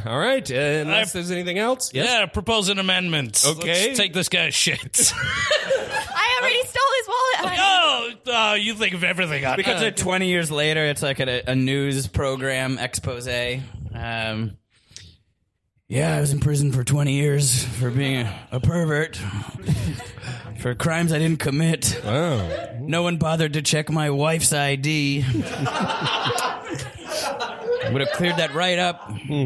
All right. Uh, unless
I-
there's anything else.
Yeah, propose an amendment.
Okay.
Let's take this guy's shit.
I already stole his wallet.
oh, oh, you think of everything. I
Because
uh,
they're 20 years later, it's like a, a news program expose. Um, yeah, I was in prison for 20 years for being a, a pervert, for crimes I didn't commit.
Wow.
No one bothered to check my wife's ID. would have cleared that right up.
Hmm.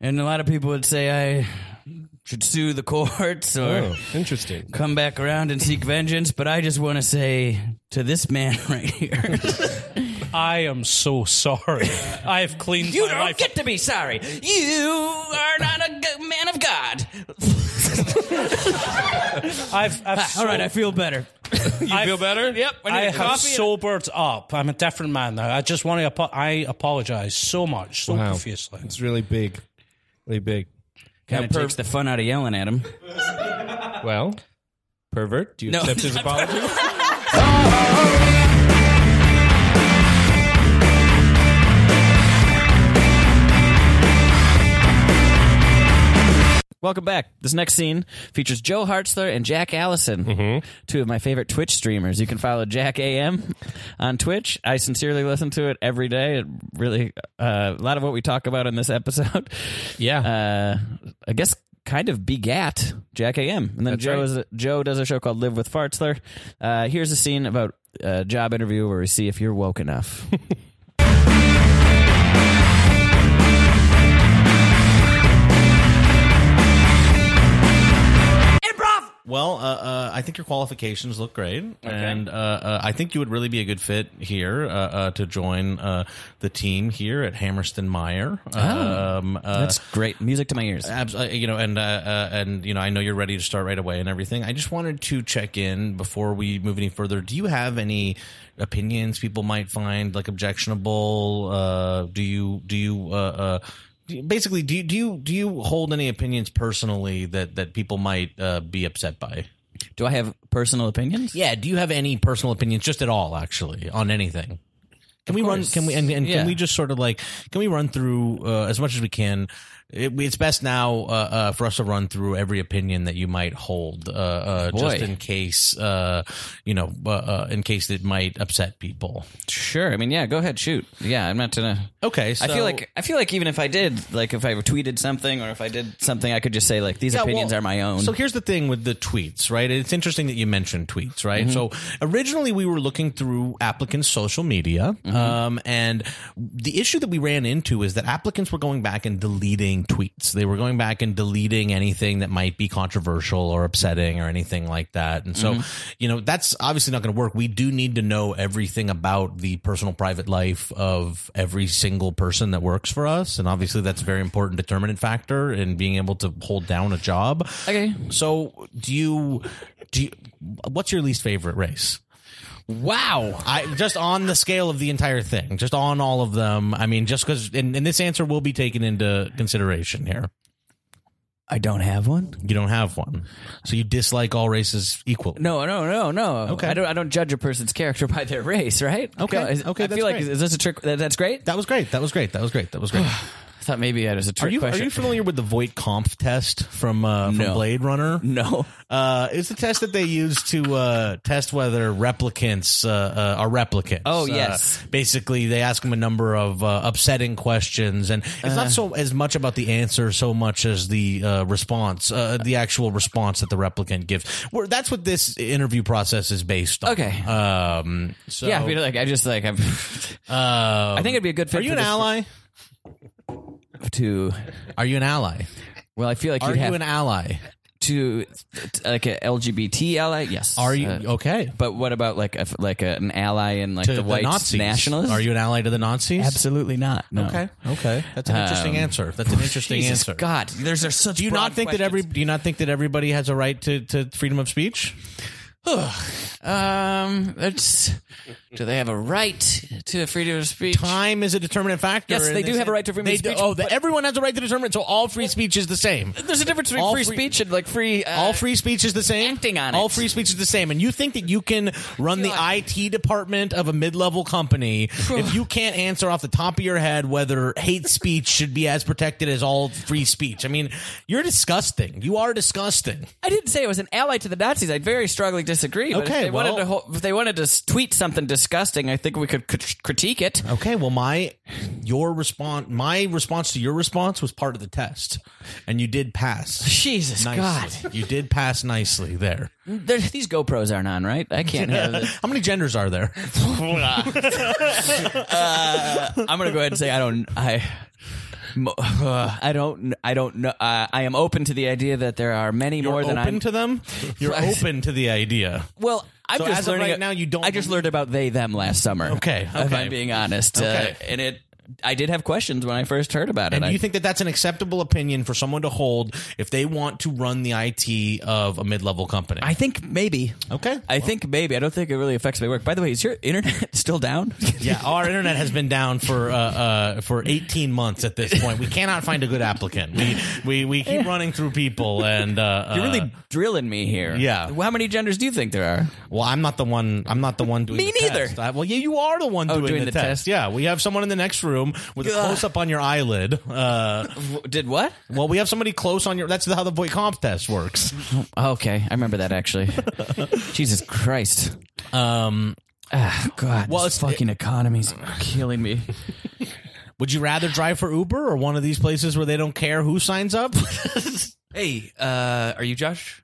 And a lot of people would say I should sue the courts or
Oh, interesting.
come back around and seek vengeance, but I just want to say to this man right here.
I am so sorry. I have cleaned
You
my
don't
life.
get to be sorry. You are not a g- man of God.
I've, I've
Ah, All right, I feel better.
You feel better? Yep.
I have sobered up. I'm a different man now. I just want to. Apo- I apologize so much, so
Wow.
profusely.
It's really big. Really big.
Kind of
Now, per-
takes the fun out of yelling at him.
Well, pervert, do you
No.
accept his apology?
Welcome back. This next scene features Joe Hartzler and Jack Allison, two of my favorite Twitch streamers. You can follow Jack AM on Twitch. I sincerely listen to it every day. It really, uh, a lot of what we talk about in this episode. Yeah. Uh, I guess kind of begat Jack AM. And then
That's
Joe,
right.
is, Joe does a show called Live with Fartzler. Uh, here's a scene about a job interview where we see if you're woke enough.
Well, uh, uh, I think your qualifications look great, and uh, uh, I think you would really be a good fit here uh, uh, to join uh, the team here at Hammerston uh, Meyer.
Oh, that's great music to my ears.
you know, and Um, uh, uh, and you know, I know you're ready to start right away and everything. I just wanted to check in before we move any further. Do you have any opinions people might find like objectionable? Uh, do you do you uh, uh, do you- basically do you, do you do you hold any opinions personally that that people might uh, be upset by?
Do I have personal opinions?
Yeah. Do you have any personal opinions, just at all, actually, on anything? Can we run? Can we and, and
Yeah.
can we just sort of like can we run through uh, as much as we can it, it's best now uh, uh, for us to run through every opinion that you might hold, uh, uh, just
Oh, Boy.
in case, uh, you know, uh, uh, in case it might upset people.
Sure. I mean, yeah. Go ahead, shoot. Yeah, I'm not gonna.
Okay,
I
so-
feel like I feel like even if I did, like if I tweeted something or if I did something, I could just say like these
Yeah,
opinions
well,
are my own.
So here's the thing with the tweets, right? It's interesting that you mentioned tweets, right?
Mhm.
So originally we were looking through applicants' social media,
Mm-hmm.
um, and the issue that we ran into is that applicants were going back and deleting tweets. They were going back and deleting anything that might be controversial or upsetting or anything like that. And so,
Mhm.
you know, that's obviously not going to work. We do need to know everything about the personal private life of every single person that works for us, and obviously that's a very important determinant factor in being able to hold down a job.
Okay.
So, do you do you, what's your least favorite race? Wow. I just on the scale of the entire thing, just on all of them. I mean, just cuz and, and this answer will be taken into consideration here.
I don't have one.
You don't have one. So you dislike all races equally.
No, no, no, no. Okay. I don't. I don't judge a person's character by their race, right?
Okay.
Is-
Okay,
I
that's
feel like
great.
is this a trick? that- That's great.
That was great. That was great. That was great. That was great.
I thought maybe that was a trick
Are you
question.
are you familiar with the Voight Kampf test from uh, from
No.
Blade Runner?
No,
uh, it's the test that they use to uh, test whether replicants uh, uh, are replicants.
Oh,
Uh,
yes.
basically, they ask them a number of uh, upsetting questions, and it's
Uh.
not so as much about the answer so much as the uh, response, uh, the actual response that the replicant gives. Where that's what this interview process is based on.
Okay.
Um. So
yeah, I feel like I just like I'm.
um,
I think it'd be a good fit.
Are you
for
an
this-
ally?
To
are you an ally?
Well, I feel like
Are
you'd
you
have
an ally
to t- like a LGBT ally? Yes. Uh,
Are you- okay?
But what about like a f like a, an ally in like
To
the
the
white
Nazis.
nationalists?
Are you an ally to the Nazis?
Absolutely not. No.
Okay. Okay. That's an interesting
Um,
answer. That's an interesting
Jesus
answer.
God, there's are such.
do you not
broad
think that every do you not think that everybody has a right to, to freedom of speech?
Um, it's, do they have a right to freedom of speech?
Time is a determinant factor.
Yes,
in
they do
this-
have a right to freedom
they
of
do-
speech.
oh, that everyone has a right to determine. So all free speech is the same.
There's a difference between
All
free,
free-
speech and like free. Uh,
all free speech is the same. Acting
on
all
it.
free speech is the same, and you think that you can run the IT department of a mid-level company if you can't answer off the top of your head whether hate speech should be as protected as all free speech? I mean, you're disgusting. You are disgusting.
I didn't say I was an ally to the Nazis. I very strongly disagree. But
Okay,
if they wanted
well-
to ho- if they wanted to s- tweet something disgusting, I think we could crit- critique it.
Okay, well my your response my response to your response was part of the test. And you did pass.
Jesus
nicely. You did pass nicely there.
There, these GoPros aren't on, right? I can't have this.
How many genders are there?
Uh, I'm gonna go ahead and say I don't. I. mo- uh, I don't. I don't know. Uh, I am open to the idea that there are many
You're
more than
open
I'm.
to them? You're open to the idea.
well, I'm
So
just
as of
learning
right
a-
now you don't
I just learned about they them last summer.
Okay,
if
okay.
I'm being honest.
Okay.
Uh, and it, I did have questions when I first heard about it.
And
I-
you think that that's an acceptable opinion for someone to hold if they want to run the IT of a mid-level company?
I think maybe.
Okay.
I think maybe. I don't think it really affects my work. By the way, is your internet still down?
yeah, our internet has been down for uh, uh, for 18 months at this point. We cannot find a good applicant. We we, we keep running through people, and uh,
You're
uh,
really drilling me here.
Yeah.
How many genders do you think there are?
Well, I'm not the one. I'm not the one doing.
Me
the
neither.
test. I- well, yeah, you are the one
Oh,
doing,
doing
the,
the
test.
test.
Yeah, we have someone in the next room with a
Ugh.
close up on your eyelid. Uh,
Did what?
well, we have somebody close on your. That's how the Voight Comp test works.
Oh, Okay, I remember that actually. Jesus Christ.
Um,
Ah, God.
Well,
Well, this
it's-
fucking economy's killing me.
would you rather drive for Uber or one of these places where they don't care who signs up?
Hey, uh, are you Josh?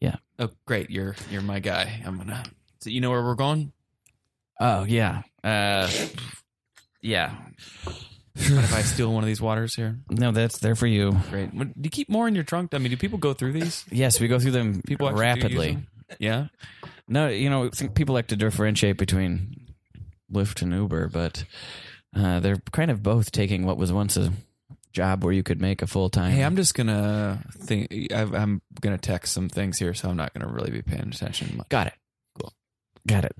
Yeah.
Oh, great. You're you're my guy. I'm gonna. So you know where we're going?
Oh yeah. Uh, yeah.
What if I steal one of these waters here?
No, that's there for you.
Great. What- Do you keep more in your trunk? I mean, do people go through these?
Yes, we go through them
People actually do use
rapidly.
them? Yeah.
No, you know, I think people like to differentiate between Lyft and Uber, but uh, they're kind of both taking what was once a job where you could make a full time.
Hey, I'm just gonna think. I- I'm gonna text some things here, so I'm not gonna really be paying attention. Much.
Got it.
Cool.
Got it.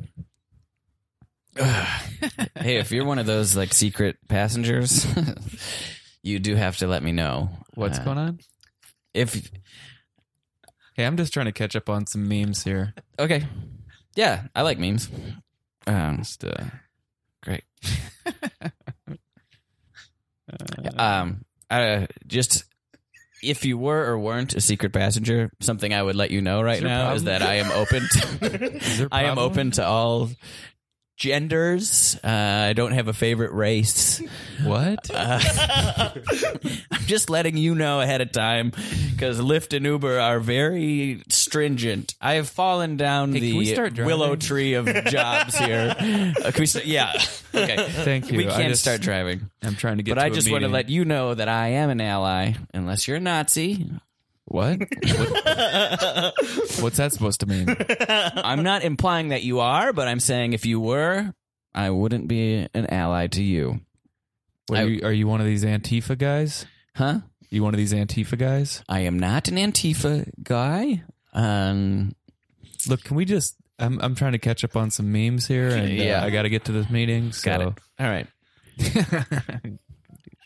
hey, if you're one of those like secret passengers, you do have to let me know
What's
Uh,
going on?
If
Hey, I'm just trying to catch up on some memes here.
okay, yeah, I like memes. Um,
Just, uh,
great. um, uh, just if you were or weren't a secret passenger, something I would let you know right
there a
now is
problem?
that I am open. To, I am open to all genders. Uh, I don't have a favorite race. Uh,
What?
I'm just letting you know ahead of time because Lyft and Uber are very stringent. I have fallen down
can we start
the
driving?
willow tree of jobs here. Uh, can we start- yeah. Okay.
Thank you.
We
I
can't
just-
start driving.
I'm trying to get
But
to
I
a
just want to
meeting.
let you know that I am an ally, unless you're a Nazi.
What? What's that supposed to mean?
I'm not implying that you are, but I'm saying if you were, I wouldn't be an ally to you.
What, are, you, are you one of these Antifa guys?
Huh?
You one of these Antifa guys?
I am not an Antifa guy. Um,
Look, can we just? I'm I'm trying to catch up on some memes here, and uh,
Yeah.
I got to get to this meeting. So.
Got it. All right.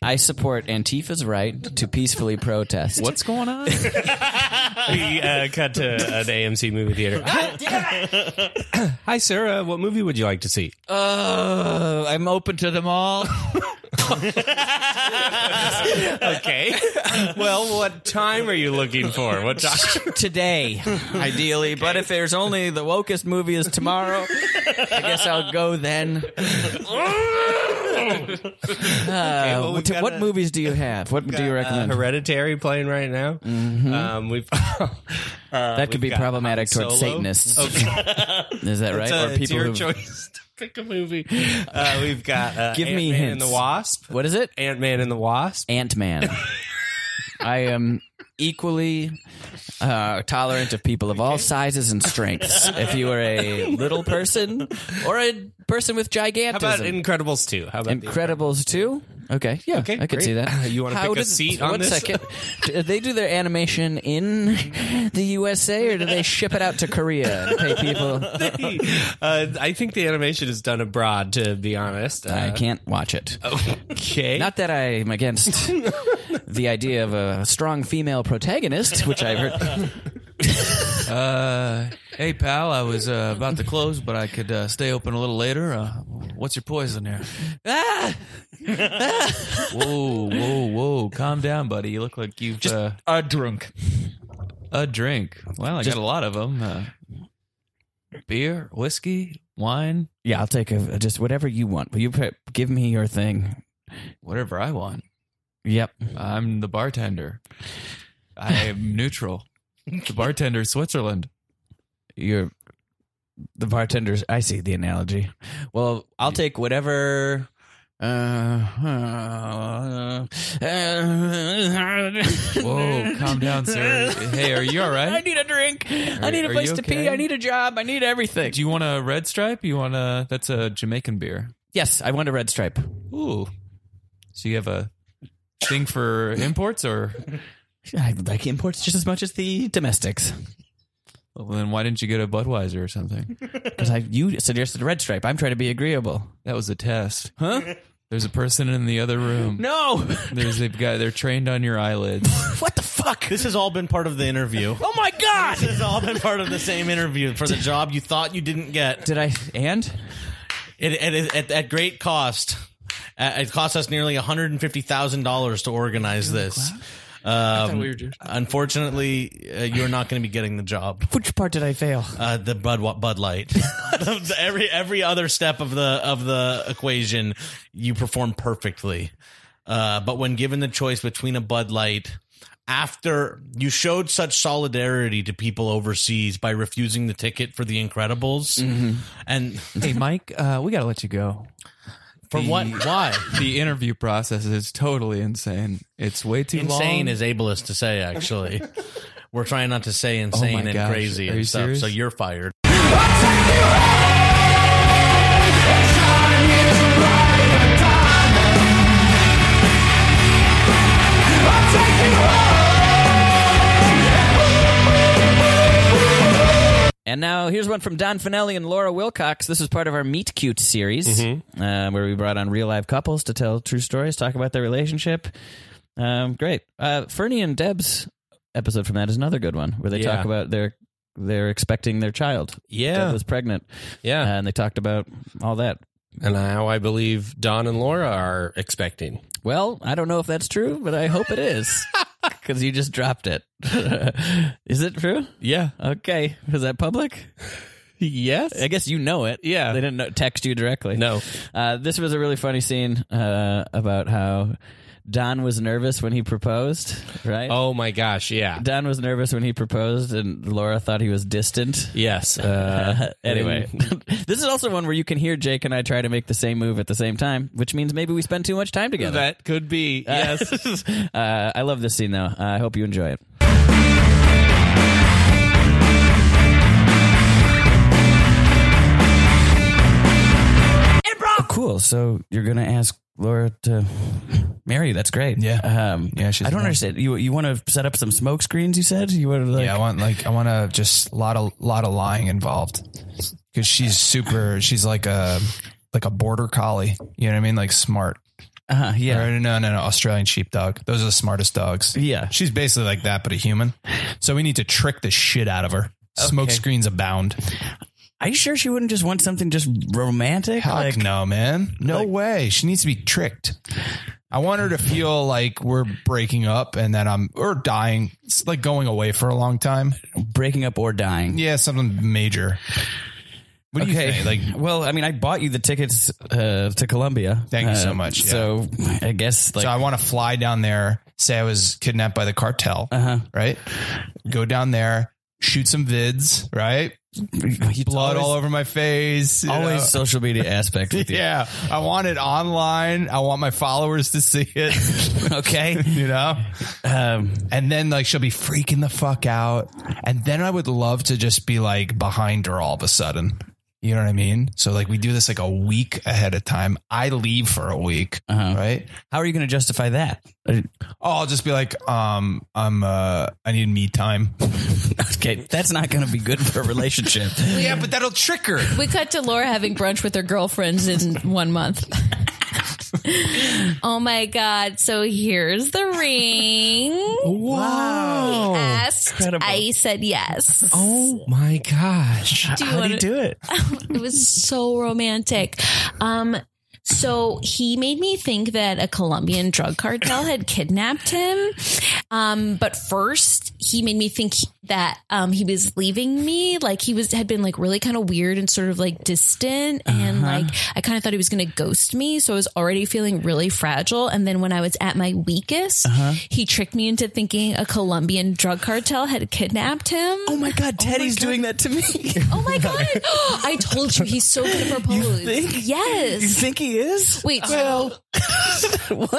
I support Antifa's right to peacefully protest.
What's going on?
we uh, cut to an AMC movie theater. Hi, Sarah. What movie would you like to see?
Uh, I'm open to them all.
okay. Well, what time are you looking for? What time?
Today, ideally. But if there's only the wokest movie is tomorrow, I guess I'll go then. Uh,
well, we've
what,
got
what
a-
movies do you have? What do you recommend? Mm-hmm.
Uh, Hereditary playing right now. Um, we've uh,
that could be
we've got
problematic
Han
towards
Solo.
Satanists.
Okay.
Is that
It's,
right?
uh,
or
it's
people
your
who
choice to pick a movie. Uh, we've got uh,
Give me
Ant-Man
hints.
and the Wasp.
What is it?
Ant Man and the Wasp.
Ant Man. I am equally uh, tolerant of people of all sizes and strengths. If you are a little person or a person with gigantism,
How about Incredibles two? How about the-
Incredibles two? Okay, yeah,
Okay,
I could
great.
see that.
You wanna
How
pick a
does-
seat on
one
this?
second. do they do their animation in the USA, or do they ship it out to Korea and pay people?
uh, I think the animation is done abroad. To be honest, uh,
I can't watch it.
Okay.
Not that I'm against the idea of a strong female protagonist, which I've heard.
Uh, hey pal, I was uh, about to close, but I could uh, stay open a little later. Uh, what's your poison there?
Ah.
whoa, whoa, whoa! Calm down, buddy. You look like you've uh,
a drunk.
A drink. Well, I
Just-
got a lot of them. Uh, beer, whiskey, wine,
Yeah, I'll take a, just whatever you want. Will you put, give me your thing?
whatever I want.
Yep.
I'm the bartender. I am neutral. The bartender, is Switzerland.
You're the bartender's. I see the analogy. Well, I'll take whatever. Uh, uh,
Whoa, Oh, calm down, sir. Hey, are you all right?
I need a drink. I
Are-
need a
are
place
you
to pee.
okay?
I need a job. I need everything.
Do you want a red stripe? You want a that's a Jamaican beer.
Yes, I want a red stripe.
Ooh. So you have a thing for imports or
I like imports just as much as the domestics.
well, then why didn't you get a Budweiser or something?
Because I you suggested red stripe. I'm trying to be agreeable.
That was a test.
Huh?
There's a person in the other room.
No.
There's a guy they're trained on your eyelids.
What the fuck?
This has all been part of the interview.
Oh my god!
This has all been part of the same interview for the job you thought you didn't get.
Did I? And
It, it is at, at great cost. Uh, it cost us nearly one hundred and fifty thousand dollars to organize this. Um,
we were just-
unfortunately, uh, you're not going to be getting the job.
which part did I fail?
Uh, the Bud Bud Light. The- every every other step of the of the equation, you perform perfectly. Uh, but when given the choice between a Bud Light, after you showed such solidarity to people overseas by refusing the ticket for The Incredibles, and
hey Mike, uh, we gotta let you go.
for what? Why?
The interview process is totally insane. It's way too long.
Insane is ableist to say. Actually, we're trying not to say insane and
Oh gosh.
crazy
Are
and
you
stuff.
serious?
So you're fired.
And now here's one from Don Finelli and Laura Wilcox. This is part of our Meet Cute series, uh, where we brought on real live couples to tell true stories, talk about their relationship. Um, great. Uh, Fernie and Deb's episode from that is another good one, where they
Yeah.
talk about their they're expecting their child.
Yeah.
Deb was pregnant.
Yeah.
and they talked about all that.
and how I believe Don and Laura are expecting.
Well, I don't know if that's true, but I hope it is. Because you just dropped it. is it true?
Yeah.
Okay. Is that public?
Yes.
I guess you know it. Yeah. They didn't know, text you directly.
No.
Uh, this was a really funny scene uh, about how Don was nervous when he proposed, right?
Oh my gosh, yeah.
Don was nervous when he proposed, and Laura thought he was distant.
Yes.
Uh, anyway,
and-
this is also one where you can hear Jake and I try to make the same move at the same time, which means maybe we spend too much time together.
That could be. Yes.
uh, I love this scene, though. Uh, I hope you enjoy it. Cool. So you're gonna ask Laura to marry you? That's great. Yeah. Um, yeah. I don't understand. You you want to set up some smoke screens? You said you want to. Like,
yeah, I want like I want to just a lot of lot of lying involved because she's super. She's like a like a border collie. You know what I mean? Like smart.
Uh huh. Yeah.
no, no, no. Australian sheepdog. Those are the smartest dogs.
Yeah.
She's basically like that, but a human. So we need to trick the shit out of her. Smoke screens abound.
Are you sure she wouldn't just want something just romantic?
Heck no, man. No way. She needs to be tricked. I want her to feel like we're breaking up and that I'm or dying, It's like going away for a long time.
Breaking up or dying.
Yeah, something major. What do you think? Like
well, I mean, I bought you the tickets uh, to Columbia.
Thank you so
Uh,
much. yeah.
So I guess like
so I want to fly down there, say I was kidnapped by the cartel, uh-huh. right? Go down there, shoot some vids, right? Blood all over my face. you
always
know?
social media aspect. With you.
Yeah, I want it online. I want my followers to see it.
okay,
you know, um, and then like she'll be freaking the fuck out, and then I would love to just be like behind her all of a sudden. You know what I mean? So like we do this like a week ahead of time. I leave for a week, right?
Uh-huh. How are you going to justify that? Oh,
I'll just be like, um, I'm, uh, I need me time.
okay, that's not going to be good for a relationship.
yeah, but that'll trick her.
We cut to Laura having brunch with her girlfriends in one month. oh my God. So here's the ring.
Wow.
He asked. I said yes.
Oh my gosh.
Do you
How do
wanna-
you do it?
it was so romantic. Um, so he made me think that a Colombian drug cartel had kidnapped him. Um, but first, he made me think that um, he was leaving me. Like he was had been like really kind of weird and sort of like distant, and like I kind of thought he was going to ghost me. So I was already feeling really fragile. And then when I was at my weakest,
Uh-huh.
he tricked me into thinking a Colombian drug cartel had kidnapped him. Oh
my god, Teddy's doing that to me.
Oh my god! I told you he's so gonna propose. Yes. You
think he is?
Wait.
Well,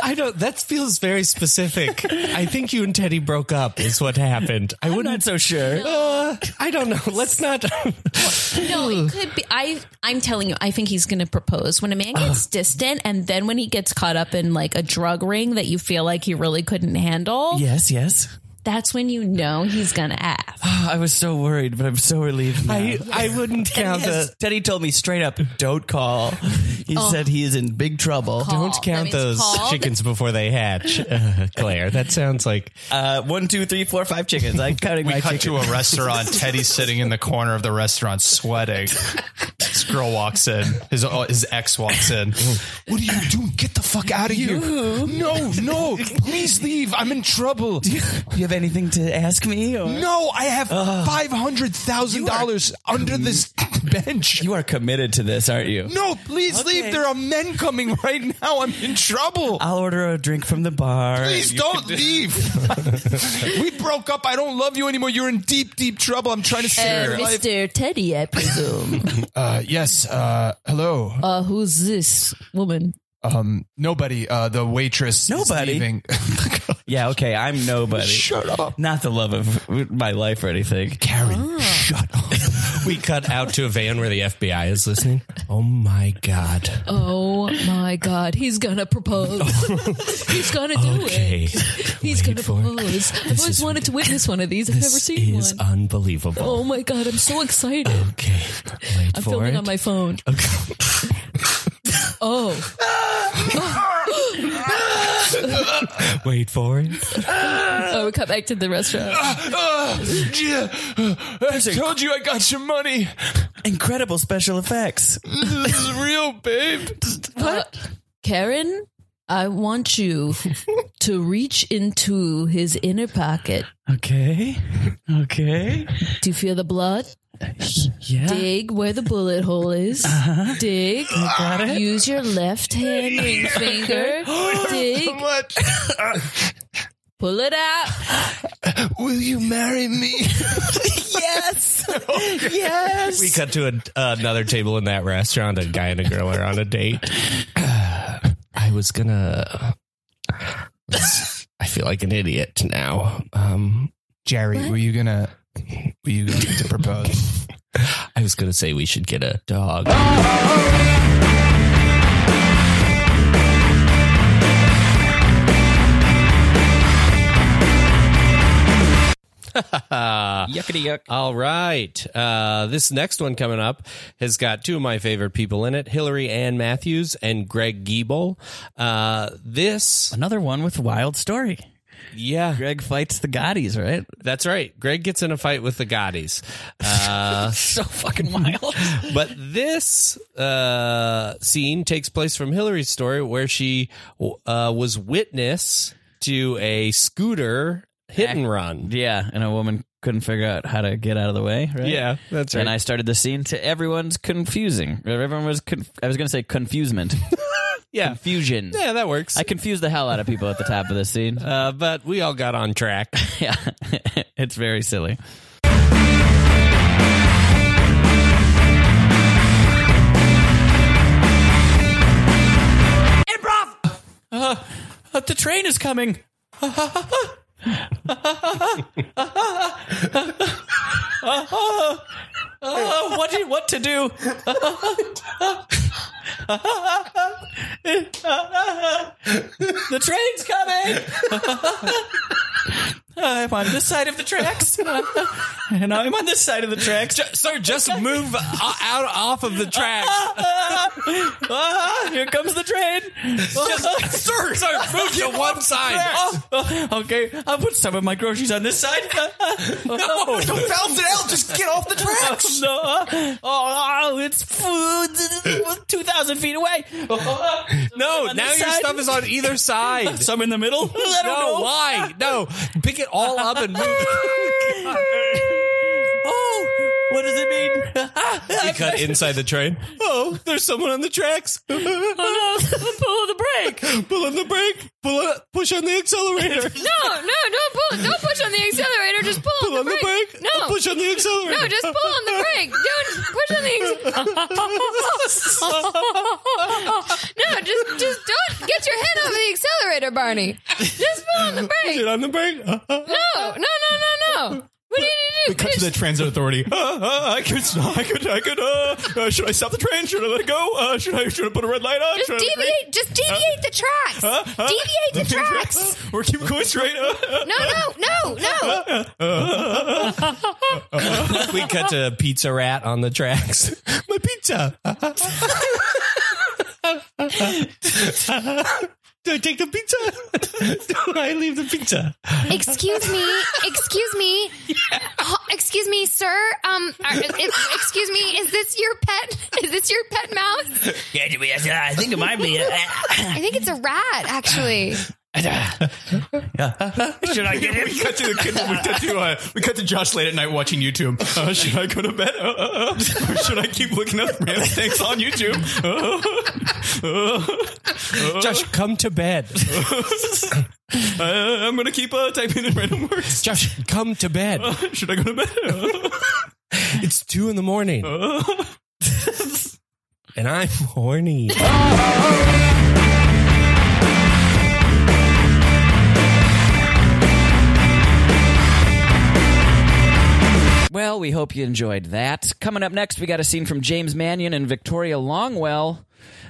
I don't. That feels very specific. I think you and Teddy broke up. Is what happened. I wouldn't.
not so sure.
Uh, I don't know. Let's not.
no, it could be. I I'm telling you, I think he's gonna propose when a man gets distant, and then when he gets caught up in like a drug ring that you feel like he really couldn't handle.
Yes, yes.
That's when you know he's gonna ask.
I was so worried, but I'm so relieved.
I I wouldn't count
Teddy, has-
the.
Teddy told me straight up, "Don't call." He
Oh.
said he is in big trouble.
Don't count those chickens before they hatch, uh, Claire. That sounds like
uh, one, two, three, four, five chickens. I'm counting
We
my
cut
chickens.
to a restaurant. Teddy's sitting in the corner of the restaurant, sweating. This girl walks in. His oh, his ex walks in. What are you doing? Get the fuck out of here! No, no, please leave. I'm in trouble. Do
you, do you have anything to ask me? Or?
No, I have five hundred thousand dollars under this bench.
You are committed to this, aren't you?
No, please leave. There are men coming right now. I'm in trouble.
I'll order a drink from the bar.
Please
You
don't
can do-
leave. we broke up. I don't love you anymore. You're in deep, deep trouble. I'm
Uh,
trying to save your life.
Mr. Teddy, I presume.
Uh, yes. Uh, hello.
uh, who's this woman?
Um, nobody. Uh, the waitress.
Nobody?
Is leaving.
Yeah, okay. I'm nobody.
Shut up.
Not the love of my life or anything.
Karen,
we cut out to a van where the FBI is listening. Oh my god.
Oh my God, he's gonna propose. he's gonna do
Okay.
it. He's gonna propose. I've always wanted to witness one of these. I've never seen
is
one.
unbelievable.
Oh my god, I'm so excited.
Okay. Wait
I'm
for
filming
it.
on my phone. oh.
Wait for it.
oh, we cut back to the restaurant.
Uh, yeah, I told you I got your money.
Incredible special effects.
This is real, babe.
What? Karen, I want you to reach into his inner pocket.
Okay. Okay.
Do you feel the blood?
Yeah.
Dig where the bullet hole is.
Uh-huh.
Dig.
I got it.
Use your left hand ring finger. Dig. Pull it out.
Will you marry me?
yes.
Yes.
We cut to a, another table in that restaurant. A guy and a girl are on a date. I was gonna. I feel like an idiot now. Um,
Jerry, were you gonna? Were you going to propose?
I was gonna say we should get a dog.
Yuckity yuck.
All right. Uh, this next one coming up has got two of my favorite people in it Hillary Ann Matthews and Greg Giebel. Uh, this.
Another one with wild story.
Yeah.
Greg fights the Gotties, right?
That's right. Greg gets in a fight with the Gotties. Uh,
so fucking wild.
but this uh, scene takes place from Hillary's story where she uh, was witness to a scooter hit and run.
Yeah, and a woman couldn't figure out how to get out of the way. Right?
Yeah, that's
And
right.
I started the scene to everyone's confusing. Everyone was conf- I was going to say confusement.
Yeah.
Confusion.
Yeah, that works.
I confused the hell out of people at the top of this scene.
Uh, but we all got on track.
yeah. it's very silly.
Improv. Uh, uh, the train is coming.
Oh, oh,
Uh,
what do you, what to do?
the train's coming. I'm on this side of the tracks, and I'm on this side of the tracks.
sir, just move uh, out off of the tracks.
Uh-huh. here comes the train.
sir, sir, move to one side.
Oh, okay, I'll put some of my groceries on this side. no,
don't balance it out, just get off the tracks.
no, oh, oh, it's food. Two thousand feet away.
No, now your stuff is on either side.
Some in the middle. I
no,
don't know.
why? No, pick it all up and move.
oh, what does it mean?
He cut inside the train. Oh, there's someone on the tracks. oh
no, pull on the brake.
Pull on the brake. Pull on, push on the accelerator.
No, no, don't pull. Don't push on the accelerator. Just pull,
Pull
on the brake. No,
push on the accelerator.
No, just pull on the brake. Don't push on the. Ex- no, just just don't get your head over the accelerator, Barney. Just pull on the brake.
Is it on the brake? no, no,
no, no, no. What do you
We
need to
cut
do?
to the transit authority. Uh, uh, I could, I could, I could. Uh, uh, should I stop the train? Should I let it go? Uh, should I, should I put a red light on?
Just
Should I-
deviate. Just deviate the tracks.
Huh? Huh?
Deviate the tracks.
Or keep going straight. Uh, uh,
No, no, no, no.
we cut to pizza rat on the tracks. My pizza. Do I take the pizza? Do I leave the pizza?
Excuse me, excuse me, Oh, excuse me, sir. Um, are- is- excuse me, is this your pet? Is this your pet mouse?
I think it might be.
I think it's a rat, actually.
Should I get Uh-huh. we cut to the kid. We cut to, uh, we cut to Josh late at night watching YouTube. Uh, should I go to bed? Uh, uh, uh, or should I keep looking up random things on YouTube? Uh, uh, uh,
Josh, come to bed.
uh, I'm gonna keep uh, typing in random words.
Josh, come to bed.
Uh, should I go to bed?
It's two in the morning,
Uh,
and I'm horny.
Well, we hope you enjoyed that. Coming up next, we got a scene from James Mannion and Victoria Longwell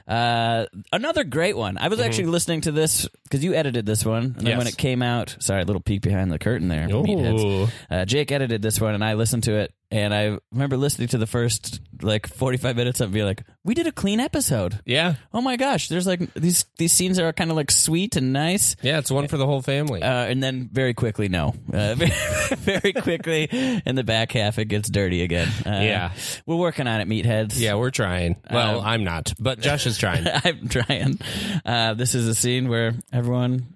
Uh, another great one. I was actually listening to this because you edited this one, and then
Yes.
when it came out, sorry, a little peek behind the curtain there.
Ooh.
meatheads. Uh, Jake edited this one, and I listened to it, and I remember listening to the first like forty-five minutes of it, being like, "We did a clean episode."
Yeah.
Oh my gosh, there's like these these scenes that are kind of like sweet and nice.
Yeah, it's one for the whole family.
Uh, and then very quickly, no, uh, very, very quickly in the back half it gets dirty again. Uh,
Yeah.
we're working on it, meatheads. Um,
Yeah, we're trying. Well, I'm not, but Josh is trying.
I'm trying. Uh, this is a scene where everyone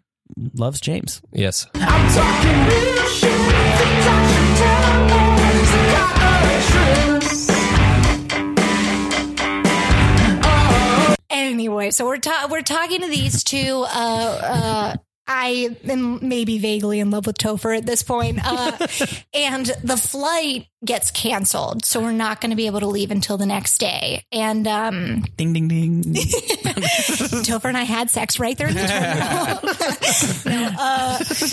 loves James.
Yes.
I'm talking real shit.
Anyway, so we're ta- we're talking to these two. Uh, uh, I am maybe vaguely in love with Topher at this point, uh, and the flight gets canceled, so we're not going to be able to leave until the next day. And um,
Ding ding ding.
Topher and I had sex right there in the terminal.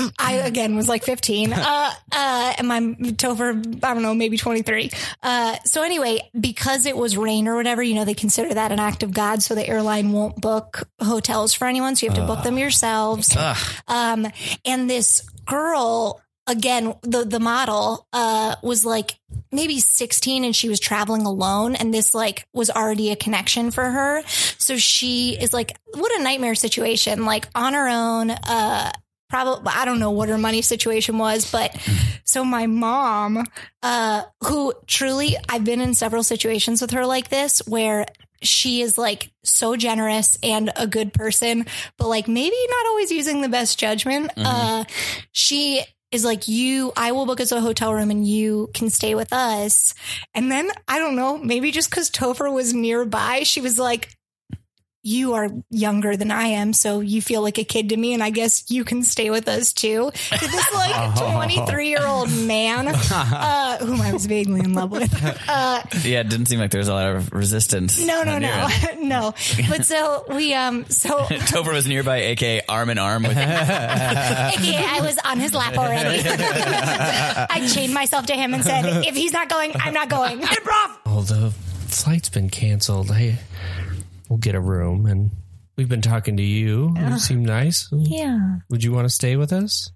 uh, I again was like 15. Uh, uh, and my Topher, I don't know, maybe 23. Uh, so anyway, because it was rain or whatever, you know, they consider that an act of God. So the airline won't book hotels for anyone. So you have to book them yourselves.
Ah.
Um, and this girl, again, the, the model, uh, was like maybe 16 and she was traveling alone. And this like was already a connection for her. So she is like, what a nightmare situation, like on her own, uh, probably I don't know what her money situation was, but so my mom, uh, who truly I've been in several situations with her like this where she is like so generous and a good person, but like maybe not always using the best judgment.
Mhm.
Uh, she is like, you, I will book us a hotel room and you can stay with us. And then I don't know, maybe just because Topher was nearby, she was like, you are younger than I am, so you feel like a kid to me, and I guess you can stay with us too. To this like
Oh.
23 year old man, uh, whom I was vaguely in love with. Uh,
Yeah, it didn't seem like there was a lot of resistance.
no, no,
on your
no,
end.
no. But so we, um, so
Topher was nearby, aka arm in arm with
AKA, I was on his lap already. I chained myself to him and said, if he's not going, I'm not going. Improv!
Well, the flight's been canceled. I we'll get a room, and we've been talking to you.
Yeah.
You seem nice.
Yeah.
Would you want to stay with us?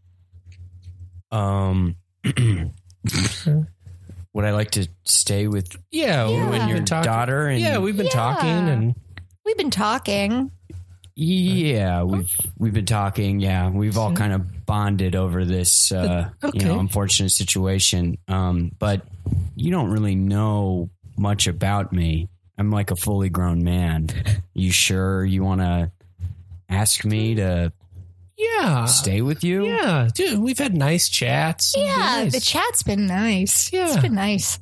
Um, would I like to stay with
Yeah,
you
we've
and
been
your
talking-
daughter? And
yeah, we've been
Yeah.
talking, and
We've been talking.
Oh.
Yeah, we've we've been talking. Yeah, we've all kind of bonded over this, uh,
Okay.
you know, unfortunate situation. Um, but you don't really know much about me. I'm like a fully grown man. You sure you want to ask me to
yeah,
stay with you?
yeah, dude, we've had nice chats.
Yeah,
Nice.
the chat's been nice. Yeah. It's been nice.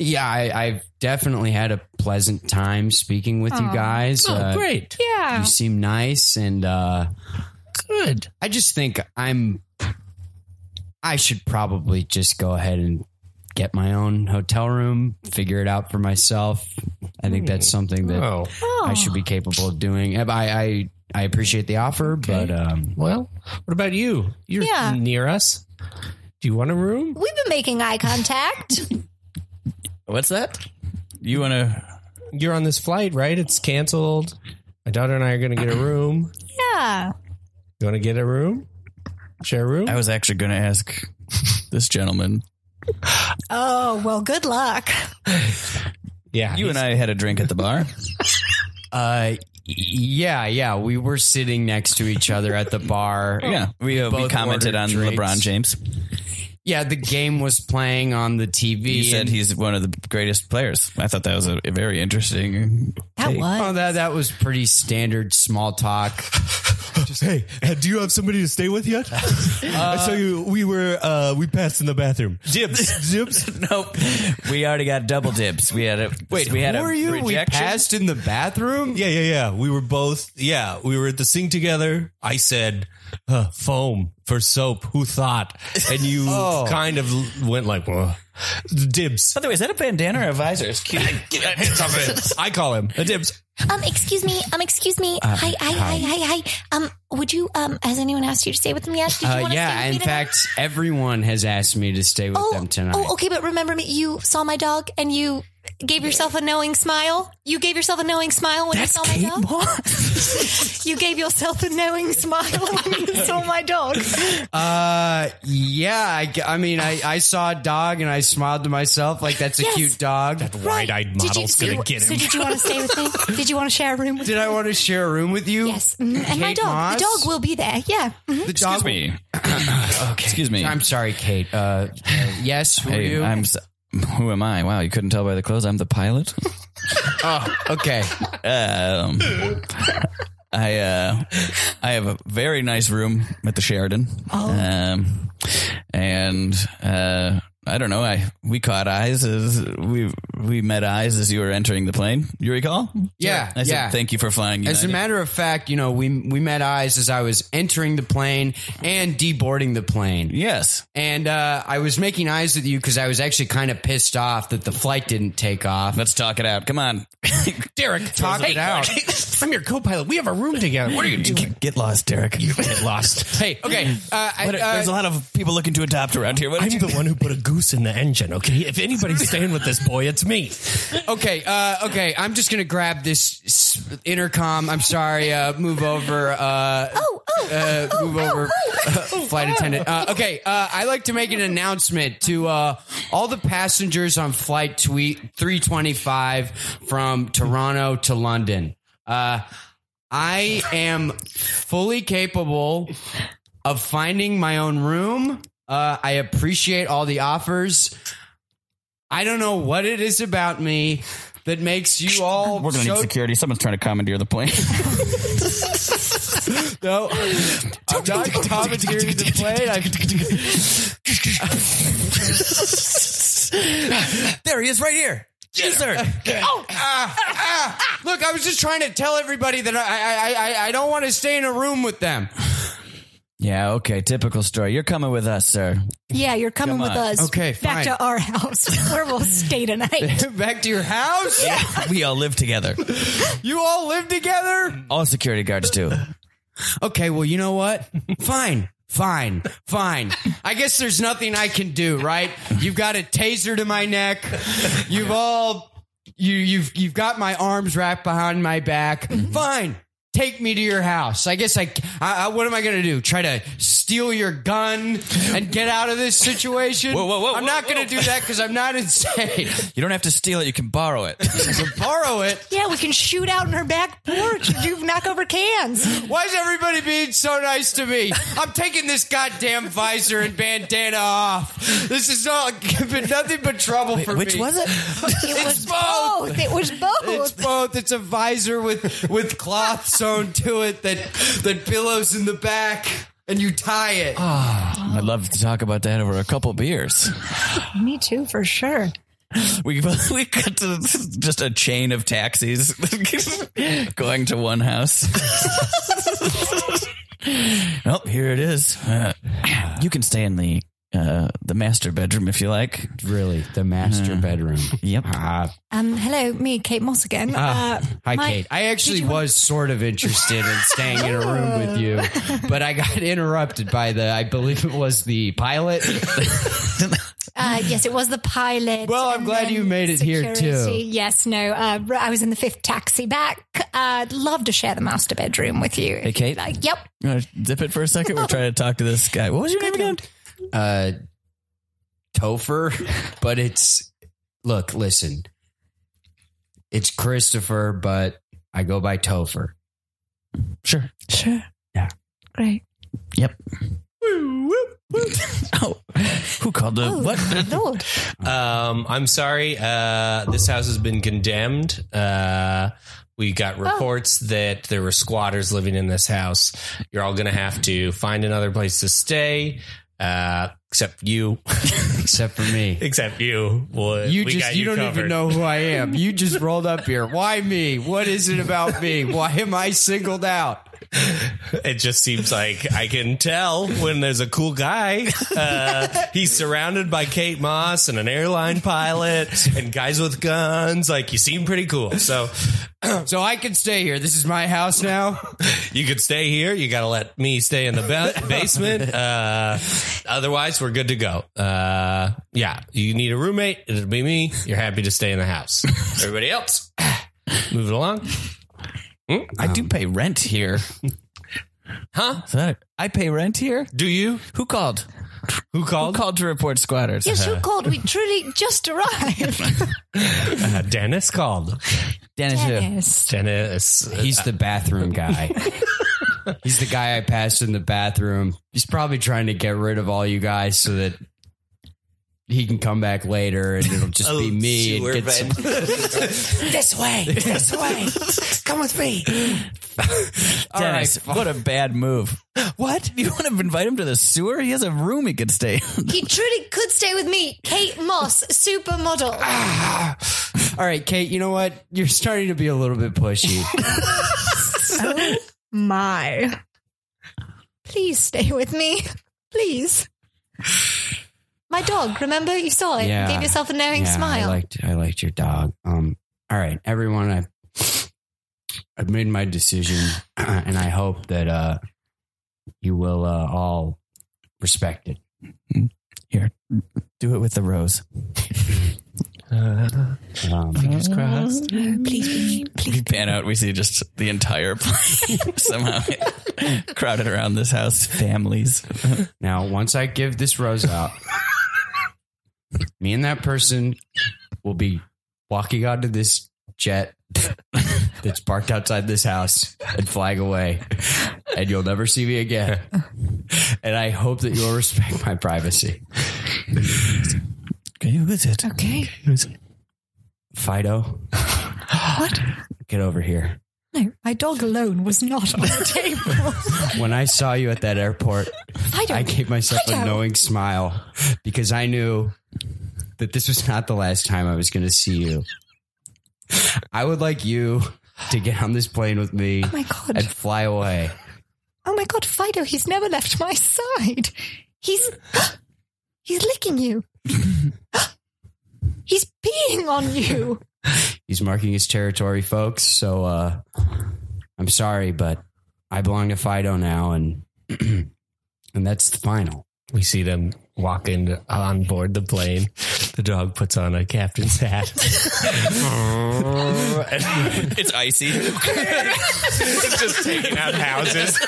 Yeah, I, I've definitely had a pleasant time speaking with you
Aw.
guys. Uh,
Oh,
great.
Yeah.
You seem nice and uh
good.
I just think I'm I should probably just go ahead and get my own hotel room, figure it out for myself. I think that's something that
Oh.
I should be capable of doing. I I, I appreciate the offer, but um
Well, what about you? You're
Yeah.
near us. Do you want a room?
We've been making eye contact.
What's that? You want to?
You're on this flight, right? It's canceled. My daughter and I are going to get a room.
yeah.
You want to get a room? Share a room?
I was actually going to ask this gentleman.
Oh, well, good luck.
Yeah,
you and I had a drink at the bar.
Uh, yeah, yeah. We were sitting next to each other at the bar.
Yeah, we, uh, we
Both
commented
ordered
on
drinks.
LeBron James.
Yeah, the game was playing on the TV.
You said
and-
he's one of the greatest players. I thought that was a, a very interesting.
That was. Oh, that that was pretty standard small talk.
Just, hey, uh, do you have somebody to stay with yet? I saw you. We were uh, we passed in the bathroom.
Dibs,
dibs.
nope. We already got double dibs. We had a wait. We had a
were you? We
rejection.
passed in the bathroom. Yeah, yeah, yeah. We were both. Yeah, we were at the sink together. I said "Huh, foam for soap. Who thought? And you
Oh.
kind of went like, well, dibs.
By the way, is that a bandana or a visor? It's cute.
I call him a dibs.
Um, excuse me. Um, excuse me.
Uh,
hi, hi, hi, hi, hi. Um, would you, um, has anyone asked you to stay with them yet? Did you
Uh,
want to
yeah,
stay
in
with me tonight?
fact, uh, everyone has asked me to stay with them tonight.
Oh, okay, but remember me. You saw my dog and you gave yourself a knowing smile. You gave yourself a knowing smile when you saw my dog. you gave yourself a knowing smile when you saw my dog.
Uh, yeah. I, g- I mean, I, I saw a dog and I smiled to myself like that's a
Yes.
cute dog. That
wide-eyed Did you- model's so- gonna get so him. did you wanna stay with me? Did you want to share a room with Mm,
Did I want to share a room with you? Yes.
And my dog, the dog will be there. Yeah. Mhm.
The dog.
me.
okay.
Excuse me.
I'm sorry, Kate. Uh, uh, yes. Who are
Hey,
you?
I'm. s- Who am I? Wow, you couldn't tell by the clothes. I'm the pilot.
oh, okay.
Um, I uh, I have a very nice room at the Sheridan.
Oh.
Um, and uh, I don't know. I we caught eyes as we we met eyes as you were entering the plane. You recall?
Yeah,
I said
yeah.
thank you for flying. United.
As a matter of fact, you know, we we met eyes as I was entering the plane and deboarding the plane.
Yes.
And uh, I was making eyes with you because I was actually kind of pissed off that the flight didn't take off.
Let's talk it out. Come on.
Derek,
talk it out.
I'm your co-pilot. We have a room together. What are you doing? Mm.
Get lost, Derek. You get lost.
hey, okay. Uh, I,
What-
uh,
there's a
lot of people looking to adopt around here.
I'm the one who put a goose in the engine. Okay, if anybody's staying with this boy, it's me.
okay, uh, okay. I'm just gonna grab this s- intercom. I'm sorry. Uh, move over. Uh, oh, oh, uh, move over, flight attendant. Uh, okay, uh, I like to make an announcement to uh, all the passengers on flight tweet 325 from Toronto to London. Uh, I am fully capable of finding my own room. Uh, I appreciate all the offers. I don't know what it is about me that makes you all
We're gonna
so
need security. Someone's trying to commandeer the plane.
no, I'm not commandeering the plane. I'm-
there he is, right here. Yes, sir.
Oh, ah, ah. Look, I was just trying to tell everybody that I I, I, I don't want to stay in a room with them.
yeah. Okay. Typical story. You're coming with us, sir.
Yeah, you're coming
Come
with
on.
us.
Okay, fine.
Back to our house where we'll stay tonight.
Back to your house?
Yeah.
We all live together.
You all live together?
All security guards do.
Okay, well, you know what? Fine. Fine, fine. I guess there's nothing I can do, right? You've got a taser to my neck. You've all you you've you've got my arms wrapped behind my back.
Mm-hmm.
Fine. Take me to your house. I guess I, I, I- what am I going to do? Try to steal your gun and get out of this situation?
Whoa, whoa, whoa,
I'm
whoa,
not going to do that cuz I'm not insane.
You don't have to steal it. You can borrow it.
Borrow it.
Yeah, we can shoot out in her back porch and do knock over cans.
Why is everybody being so nice to me? I'm taking this goddamn visor and bandana off. This is all been nothing but trouble for
which
me.
was it?
It was both. It was both.
It's both. It's a visor with with cloth sewn to it that that billows in the back, and you tie it.
Ah.
I'd love to talk about that over a couple beers.
Me too, for sure.
We we got to just a chain of taxis going to one house. oh, here it is. Uh, you can stay in the uh, the master bedroom if you like. Uh,
Really, the master bedroom.
Yep.
Um, hello, me, Kate Moss again.
Ah, hi,
Uh, my-
Kate. I actually was sort of interested in staying in a room with you, but I got interrupted by the, I believe it was the pilot.
Uh, yes, it was the pilot. Well, I'm
glad you made it here, too.
Yes, no, uh, I was in the fifth taxi back. Uh, I'd love to share the master bedroom with you.
Hey, Kate.
Like, yep.
You wanna Dip it for a second. We're trying to talk to this guy. What was your name again?
uh Topher, but it's look, listen. It's Christopher, but I go by Topher.
Sure.
Sure.
Yeah.
Great.
Yep. oh, who called the what?
Lord.
Um, I'm sorry. Uh, this house has been condemned. Uh, we got reports that there were squatters living in this house. You're all going to have to find another place to stay. Uh, except you.
except for me.
Except you. Well,
You
we
just
got
you, don't
covered.
even know who I am. You just rolled up here. Why me? What is it about me? Why am I singled out?
It just seems like I can tell when there's a cool guy. Uh, he's surrounded by Kate Moss and an airline pilot and guys with guns. Like you seem pretty cool. So,
so I can stay here. This is my house now.
You could stay here. You got to let me stay in the ba- basement. Uh, otherwise, we're good to go. Uh, yeah, you need a roommate. It'll be me. You're happy to stay in the house. Everybody else, move it along. Hmm?
I do pay rent here.
huh?
I pay rent here.
Do you?
Who called?
Who called?
Who called to report squatters?
Yes,
uh,
who called? We truly just arrived.
Uh, Dennis called.
Dennis.
Dennis.
Dennis.
He's the bathroom guy. He's the guy I passed in the bathroom. He's probably trying to get rid of all you guys so that he can come back later and it'll just
Oh,
be me and get some
this way, this way. Come with me.
Dennis, what a bad move. What? You want to invite him to the sewer? He has a room he could stay in.
he truly could stay with me, Kate Moss, supermodel.
All right, Kate, you know what? You're starting to be a little bit pushy.
oh my. Please stay with me. Please. My dog, remember? You saw it.
Yeah.
Gave yourself a knowing
Yeah, I
smile.
liked I liked your dog. Um all right, everyone I I've made my decision and I hope that uh you will uh, all respect it.
Here, do it with the rose.
Uh,
Um,
Fingers
crossed.
Oh, Please,
We pan out. We see just the entire place somehow crowded around this house. Families.
Now, once I give this rose out, me and that person will be walking onto this jet that's parked outside this house and flying away, and you'll never see me again. And I hope that you'll respect my privacy.
Okay, who is it?
Okay.
Fido,
What?
get over here.
No, my dog alone was not on the table.
When I saw you at that airport,
Fido,
I gave myself a
Fido.
knowing smile because I knew that this was not the last time I was going to see you. I would like you to get on this plane with me
Oh my God.
and fly away.
Oh my god, Fido, he's never left my side. He's he's licking you. he's peeing on you.
He's marking his territory, folks. So uh, I'm sorry, but I belong to Fido now, and and that's the final.
We see them walking on board the plane. The dog puts on a captain's hat.
it's icy.
just taking out houses.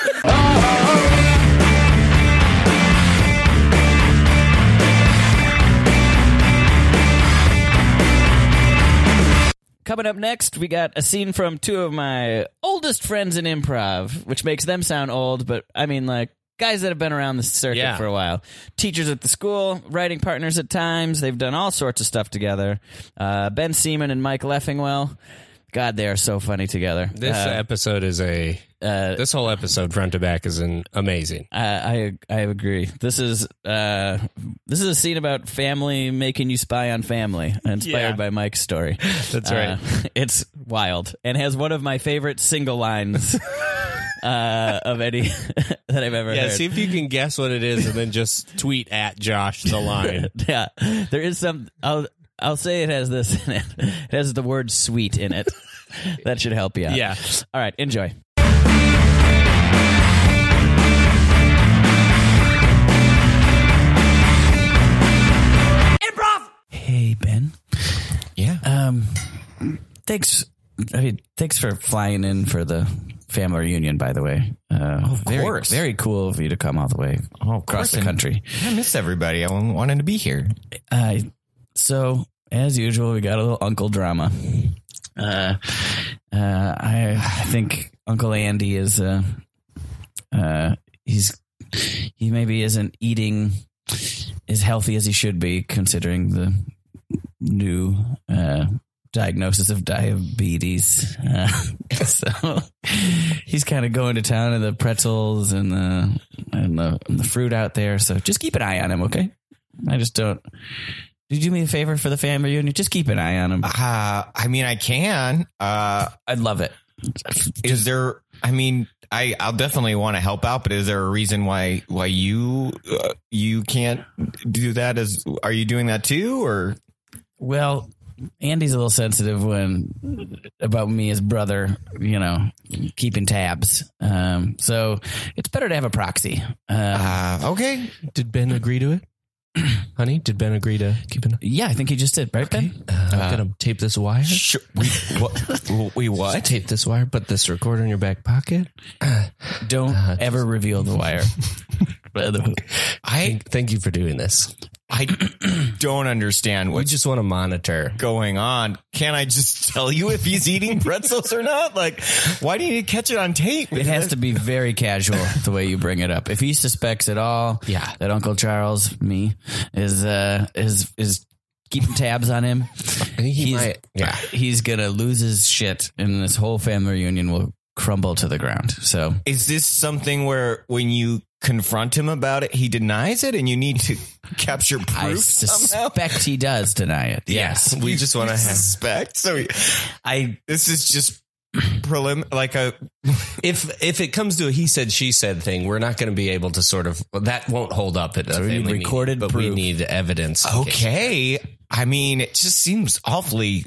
Coming up next, we got a scene from two of my oldest friends in improv, which makes them sound old, but I mean, like, guys that have been around the circuit
Yeah.
for a while. Teachers at the school, writing partners at times. They've done all sorts of stuff together. Uh, ben Seaman and Mike Leffingwell. God, they are so funny together.
This
Uh,
episode is a. this whole episode, front to back, is an amazing.
I I I agree. This is uh, this is a scene about family making you spy on family, inspired
Yeah.
by Mike's story.
That's
Uh,
right.
it's wild and has one of my favorite single lines uh, of any that I've ever
Yeah,
heard.
see if you can guess what it is, and then just tweet at Josh the line.
yeah, there is some. I'll I'll say it has this in it. It has the word sweet in it. that should help you out.
Yeah.
All right. Enjoy.
Improv.
Hey Ben.
Yeah.
Um. Thanks. I mean, thanks for flying in for the family reunion. By the way, uh, of
course. Oh,
very, very cool of you to come all the way across the
and
country.
I miss everybody. I wanted to be here.
Uh, so as usual, we got a little uncle drama. Uh, uh, I, I think Uncle Andy is uh, uh, he's he maybe isn't eating as healthy as he should be, considering the new uh, diagnosis of diabetes. Uh, so he's kind of going to town on the pretzels and the and the, and the fruit out there. So just keep an eye on him, okay? I just don't. Did you do me a favor for the family reunion? Just keep an eye on him.
Uh, I mean, I can. Uh,
I'd love it.
Is there
I mean, I I'll definitely want to help out, but is there a reason why why you uh, you can't do that? As are you doing that too, or
Well, Andy's a little sensitive when about me as brother, you know, keeping tabs. Um, so it's better to have a proxy. Uh,
Ah, okay.
Did Ben agree to it?
Honey, did Ben agree to keep it?
Yeah, I think he just did, right, Ben?
I'm
Uh,
gonna tape this wire.
Sure. We what? We what?
tape this wire. Put this recorder in your back pocket. Uh,
Don't ever reveal the wire.
I thank you for doing this.
I don't understand what's
just want to monitor
going on. Can I just tell you if he's eating pretzels or not? Like, why do you need to catch it on tape?
It has to be very casual the way you bring it up. If he suspects at all
Yeah.
that Uncle Charles, me, is uh is is keeping tabs on him, he's,
yeah.
he's gonna lose his shit and this whole family reunion will crumble to the ground. So
Is this something where when you confront him about it, he denies it, and you need to capture proof?
I suspect he does deny it. Yes.
we just want to suspect. So we-
I
this is just prelim like a
if if it comes to a he said she said thing, we're not going to be able to sort of well, that won't hold up at a
So we need
family
recorded
meeting, but we
proof.
need evidence.
okay. I mean, it just seems awfully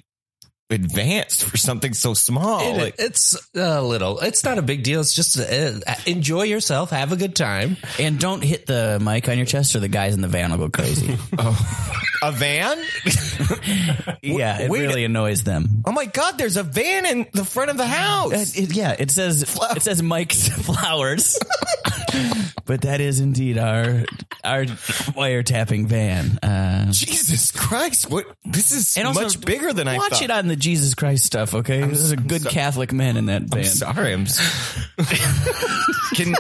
advanced for something so small.
Oh,
It-
like,
it's a little. It's not a big deal. It's just uh, enjoy yourself, have a good time,
and don't hit the mic on your chest, or the guys in the van will go crazy.
Oh.
a van?
yeah, it really annoys them.
Oh my god, there's a van in the front of the house.
yeah, it says
Oh.
it says Mike's flowers. but that is indeed our our wiretapping van. Uh,
Jesus Christ, what this is
and also,
much bigger than I
watch
thought.
it on the Jesus Christ stuff, okay? this is a good
so-
Catholic man in that van.
I'm sorry. I'm s- can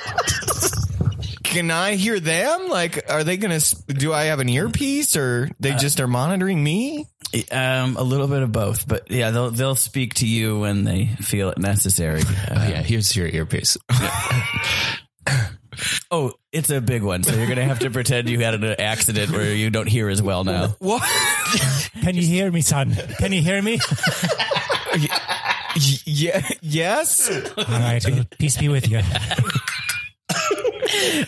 can I hear them? Like, are they gonna? s- Do I have an earpiece, or they
Uh,
just are monitoring me?
Um, a little bit of both, but yeah, they'll they'll speak to you when they feel it necessary. oh, yeah,
here's your earpiece.
oh, it's a big one, so you're gonna have to pretend you had an accident where you don't hear as well now.
What?
Can you hear me, son? Can you hear me?
yeah. Yes.
All right. well, Peace be with you.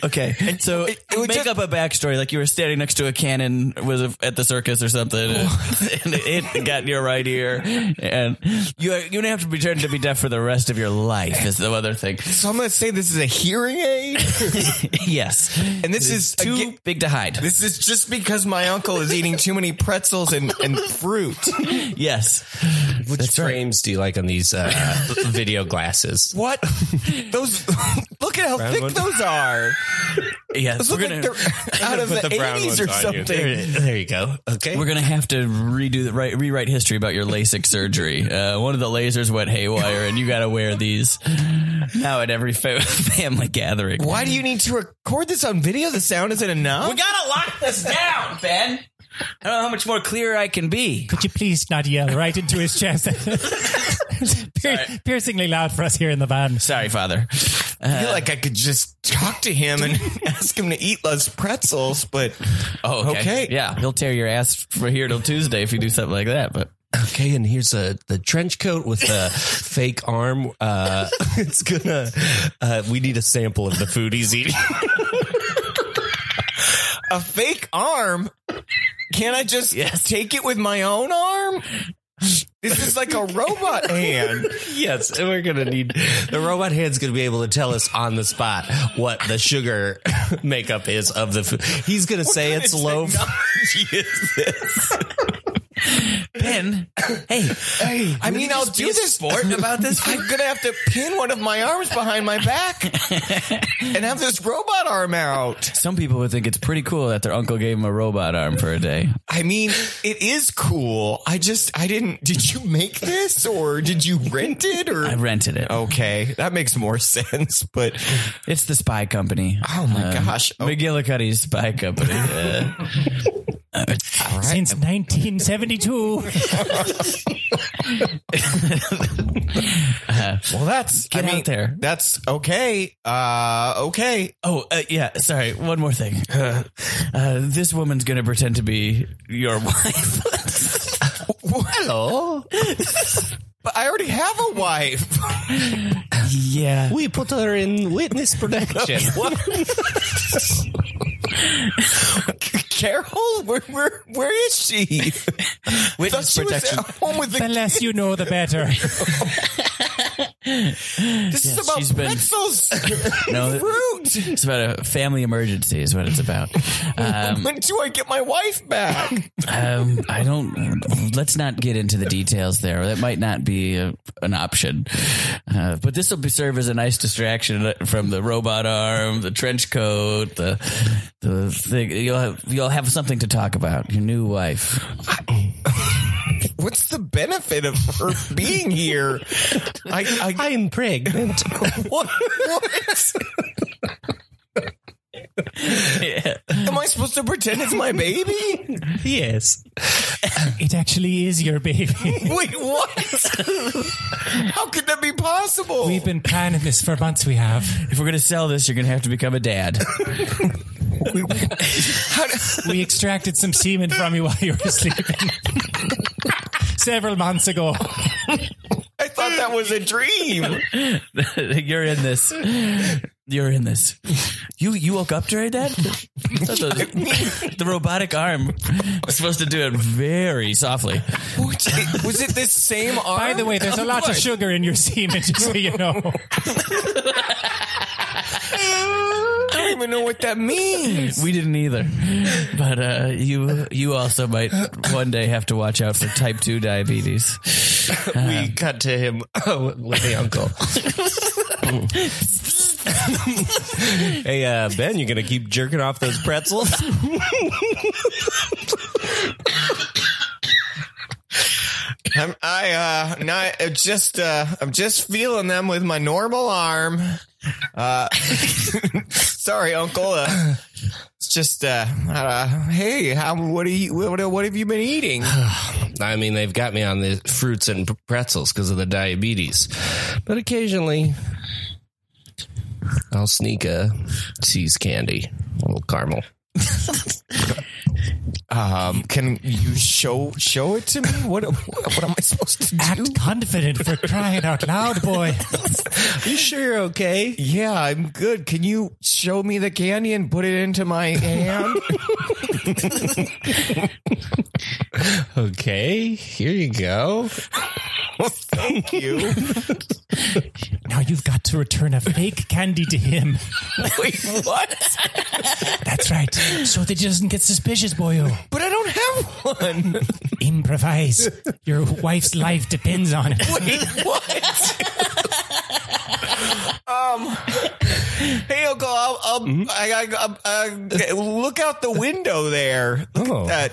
Okay, so make up a backstory like you were standing next to a cannon was a, at the circus or something, and it got in your right ear, and you you're gonna have to pretend to be deaf for the rest of your life. Is the other thing.
So I'm gonna say this is a hearing aid.
yes,
and this is too
big to hide.
This is just because my uncle is eating too many pretzels and and fruit.
Yes.
Which frames do you like on these uh, video glasses?
What? Those? Look at how
Brown
thick
one?
those are.
Yes,
those
we're
look like
gonna-
they're out of
put
the,
the brown
80s
ones
or
on you.
something.
There you go. Okay,
We're gonna have to redo the right, rewrite history about your LASIK surgery. Uh, one of the lasers went haywire, and you got to wear these now at every fa- family gathering.
Why do you need to record this on video? The sound isn't enough.
gotta lock this down, Ben. I don't know how much more clear I can be.
Could you please not yell right into his chest? Pier- piercingly loud for us here in the van.
Sorry, Father.
I feel like I could just talk to him and ask him to eat less pretzels, but
Oh, okay.
Okay.
Yeah, he'll tear your ass for here till Tuesday if you do something like that. But
Okay, and here's a the trench coat with a fake arm. Uh, it's gonna. Uh, we need a sample of the food he's eating.
a fake arm. Can I just take it with my own arm? This is like a robot hand.
yes, and we're gonna need the robot hand's gonna be able to tell us on the spot what the sugar makeup is of the food. He's gonna say it's low.
Ben, hey,
hey. I mean, I'll do this. Sport about this. I'm gonna have to pin one of my arms behind my back and have this robot arm out.
some people would think it's pretty cool that their uncle gave him a robot arm for a day.
I mean, it is cool. I just, I didn't. Did you make this or did you rent it? Or I
rented it.
Okay, that makes more sense. But
it's the spy company. Uh,
Oh my gosh,
McGillicuddy's spy company. Uh,
Since 1972.
well, that's
Uh-huh. Get out there.
That's okay. Uh, okay.
Oh uh, yeah, sorry. One more thing. Uh, uh, this woman's gonna pretend to be your wife.
Hello. But I already have a wife.
Yeah.
We put her in witness protection.
Carol, where where, where is she? Witness she
protection.
Was at home with the,
the less you know, the better.
this
Yeah,
is about
she's been-
pretzels.
No,
fruit.
It's about a family emergency, is what it's about. Um,
when do I get my wife back?
um, I don't. Let's not get into the details there. That might not be a, an option. Uh, but this will be serve as a nice distraction from the robot arm, the trench coat, the the thing. You'll have you'll have something to talk about. Your new wife.
What's the benefit of her being here? I, I,
I'm pregnant.
what? what? Am I supposed to pretend it's my baby?
yes. It actually is your baby.
Wait, what? How could that be possible?
We've been planning this for months. We have.
If we're gonna sell this, you're gonna have to become a dad.
we extracted some semen from you while you were sleeping several months ago.
I thought that was a dream.
You're in this. You're in this. You you woke up during that? I thought The, the robotic arm was supposed to do it very softly.
Was it this same arm?
By the way, there's a lot of sugar in your semen, just so you know.
I don't even know what that means.
We didn't either. But uh, you you also might one day have to watch out for type two diabetes.
we cut to him with the uncle. hey, uh, Ben, you gonna keep jerking off those pretzels?
I'm, I uh, not uh, just uh, I'm just feeling them with my normal arm. Uh, sorry, Uncle. Uh, it's just uh, uh, hey, how what are you what, what have you been eating?
I mean, they've got me on the fruits and pretzels because of the diabetes, but occasionally I'll sneak a cheese candy, a little caramel.
Um, can you show show it to me? What what am I supposed to do?
Act confident for crying out loud, boy.
You sure you're okay? Yeah, I'm good. Can you show me the candy and put it into my hand?
Okay, here you go.
Thank you.
Now you've got to return a fake candy to him.
Wait, what?
That's right. So that he doesn't get suspicious, boyo.
But I don't have one.
Improvise. Your wife's life depends on it.
Wait, what? um, hey, Uncle, I'll, I'll, I, I, I, I, look out the window there. Look
Oh.
at that.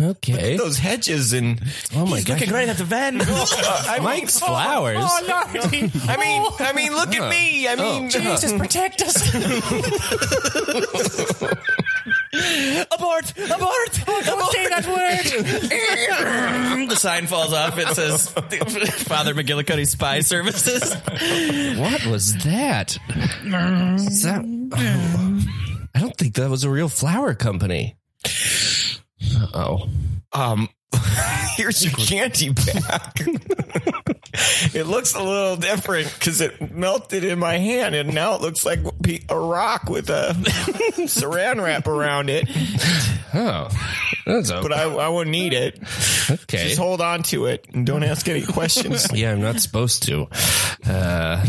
Okay. those hedges and oh my god, looking right at the van.
Mike's flowers.
Oh, Lordy. I mean, I mean, look at me. I mean,
Jesus, protect us. abort, abort, Oh, don't say that word.
the sign falls off. It says Father McGillicuddy Spy Services.
What was that? Is that oh, I don't think that was a real flower company.
Oh. Um here's your candy back. it looks a little different cuz it melted in my hand and now it looks like pe- a rock with a saran wrap around it.
Oh. That's
But I I won't need it.
Okay.
Just hold on to it and don't ask any questions.
yeah, I'm not supposed to. Uh,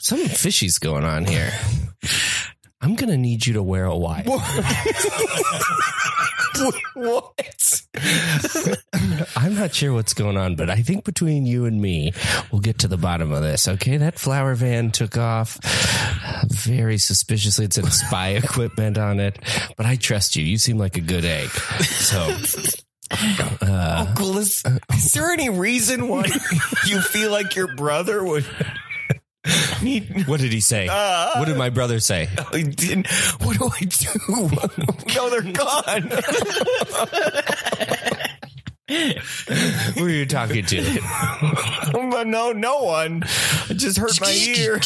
something fishy's going on here. I'm gonna need you to wear a wire.
what?
I'm not sure what's going on, but I think between you and me, we'll get to the bottom of this. Okay, that flower van took off very suspiciously. It's had spy equipment on it, but I trust you. You seem like a good egg. So, uh,
Uncle, is, is there any reason why you feel like your brother would
what did he say? what did my brother say?
I didn't. What do I do? no, they're gone.
Who are you talking to?
But no, no one. It just hurt my ear.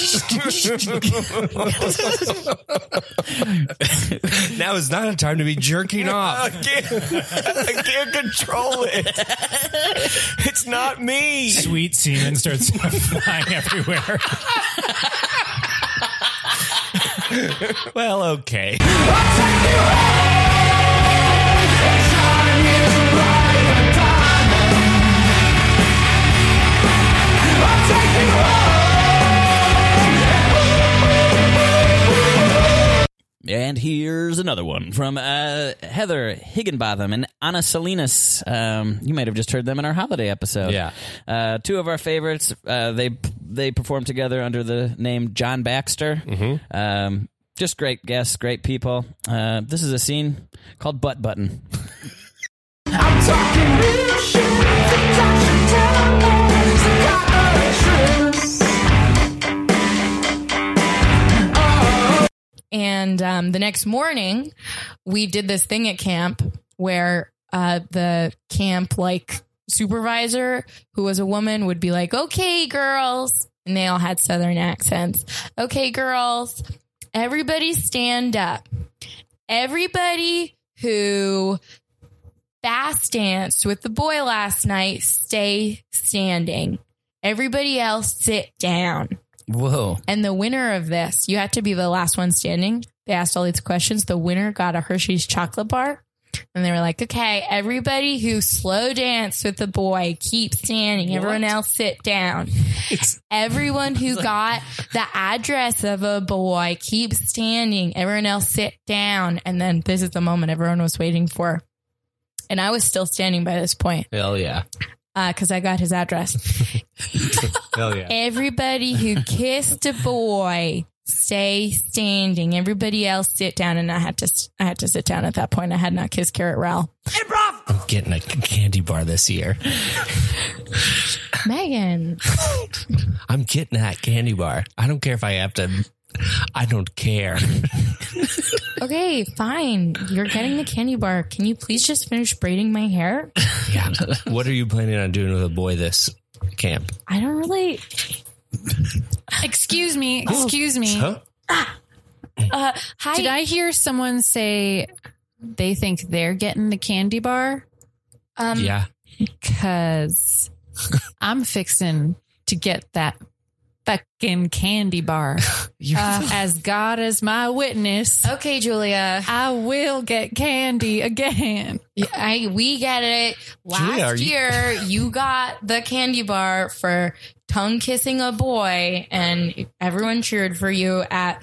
now is not a time to be jerking
I
off.
can't, I can't control it. It's not me.
Sweet semen starts flying everywhere.
well, okay.
And here's another one from uh, Heather Higginbotham and Anna Salinas. Um, you might have just heard them in our holiday episode. Yeah, uh, two of our favorites. Uh, they they perform together under the name John Baxter. Mm-hmm. Um, just great guests, great people. Uh, this is a scene called Butt Button.
And um, the next morning, we did this thing at camp where uh, the camp like supervisor, who was a woman, would be like, "Okay, girls," and they all had Southern accents. Okay, girls, everybody stand up. Everybody who fast danced with the boy last night, stay standing. Everybody else, sit down.
Whoa.
And the winner of this, you had to be the last one standing. They asked all these questions. The winner got a Hershey's chocolate bar. And they were like, okay, everybody who slow danced with the boy, keep standing. Everyone else sit down. Everyone who got the address of a boy, keep standing. Everyone else sit down. And then this is the moment everyone was waiting for. And I was still standing by this point
Hell yeah.
because I got his address.
Hell yeah.
Everybody who kissed a boy stay standing. Everybody else sit down, and I had to I had to sit down at that point. I had not kissed Carrot Rowell.
I'm getting a candy bar this year.
Megan,
I'm getting that candy bar. I don't care if I have to. I don't care.
okay, fine. You're getting the candy bar. Can you please just finish braiding my hair?
Yeah. What are you planning on doing with a boy this camp?
I don't really.
Excuse me.
Oh,
Excuse me.
Huh?
Uh,
hi. Did I hear someone say they think they're getting the candy bar? Um,
yeah.
Cause I'm fixing to get that fucking candy bar. Uh, as God is my witness.
Okay, Julia.
I will get candy again.
I we get it.
Julia, are
Last
you-
year you got the candy bar for tongue kissing a boy, and everyone cheered for you at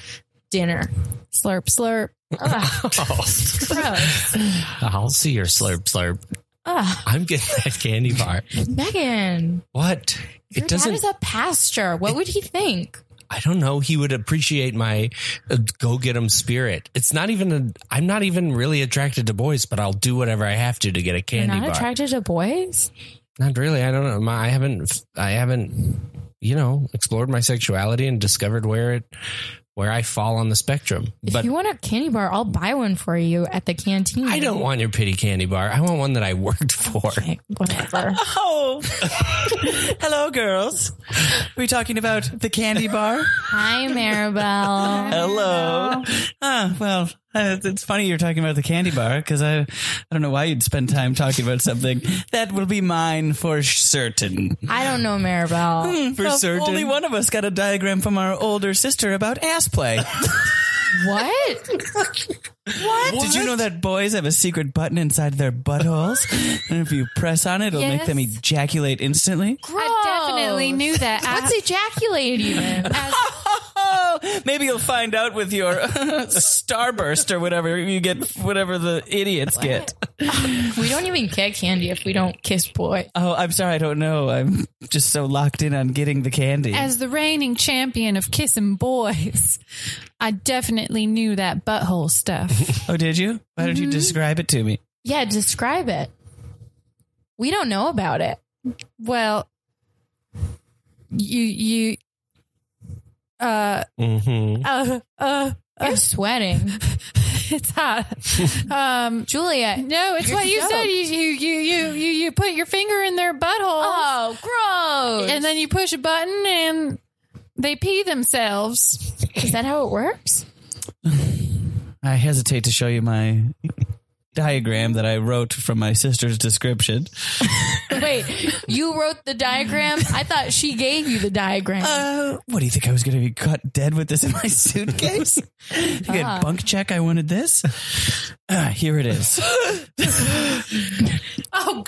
dinner.
Slurp slurp.
Oh, I'll see your slurp slurp.
Ugh.
I'm getting that candy bar.
Megan,
What?
your
it
dad
doesn't.
is a pastor. What would he think?
I don't know. He would appreciate my uh, go get him spirit. It's not even. A, I'm not even really attracted to boys, but I'll do whatever I have to to get a
You're
candy
not
bar.
attracted to boys.
Not really. I don't know. My, I haven't. I haven't. You know, explored my sexuality and discovered where it, where I fall on the spectrum.
If
But
you want a candy bar, I'll buy one for you at the canteen.
I don't want your pity candy bar. I want one that I worked for.
Whatever.
Oh, hello, girls. Are we talking about the candy bar?
Hi, Maribel.
Hello. Ah, well, uh, it's funny you're talking about the candy bar because I, I don't know why you'd spend time talking about something that will be mine for certain.
I don't know Maribel.
For certain. Only one of us got a diagram from our older sister about ass play.
What?
What? Did you know that boys have a secret button inside their buttholes? and if you press on it, it'll make them ejaculate instantly?
I definitely knew that.
What's ejaculate even?
Oh, Maybe you'll find out with your starburst or whatever you get, whatever the idiots get.
we don't even get candy if we don't kiss boy.
Oh, I'm sorry, I don't know. I'm just so locked in on getting the candy.
As the reigning champion of kissing boys, I definitely knew that butthole stuff.
oh, did you? Why don't you describe it to me?
Yeah, describe it. We don't know about it.
Well, you you uh
Mm-hmm.
Oh.
uh uh
I'm sweating.
it's hot. Um, Juliet. No, it's
you're
what you
so-
said. You you you you you you put your finger in their butthole. Oh,
gross.
And then you push a button and they pee themselves. Is that how it works?
I hesitate to show you my diagram that I wrote from my sister's description.
Wait, you wrote the diagram? I thought she gave you the diagram.
What do you think I was going to be cut dead with this in my suitcase? you
Ah.
Uh-huh.
get bunk check. I wanted this. Ah, here it is.
oh,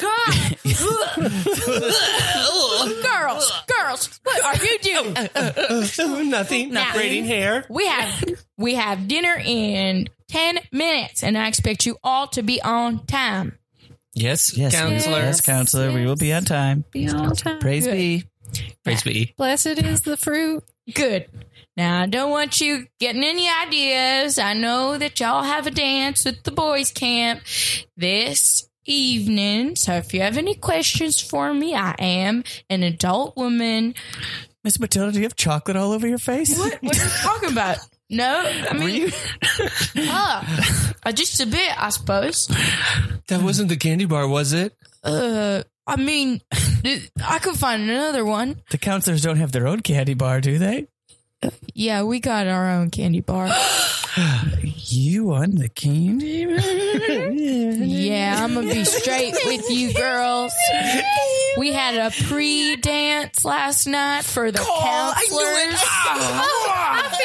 God. girls, girls, what are you doing?
nothing.
Not
braiding hair.
We have we have dinner in ten minutes, and I expect you all to be on time.
Yes, yes,
counselor.
Yes, counselor. We will be on time.
Be on time.
Praise be.
Praise be.
Blessed is the fruit.
Good. Now I don't want you getting any ideas. I know that y'all have a dance with the boys' camp this evening. So if you have any questions for me, I am an adult woman.
Miss Matilda, do you have chocolate all over your face?
What, what are you talking about? No, I mean, Ah, uh, just a bit, I suppose.
Hmm.
That wasn't the candy bar, was it?
Uh, I mean, I could find another one.
The counselors don't have their own candy bar, do they?
Yeah, we got our own candy bar.
You on the candy?
yeah, I'm gonna be straight with you girls. We had a pre-dance last night for the counselors.
I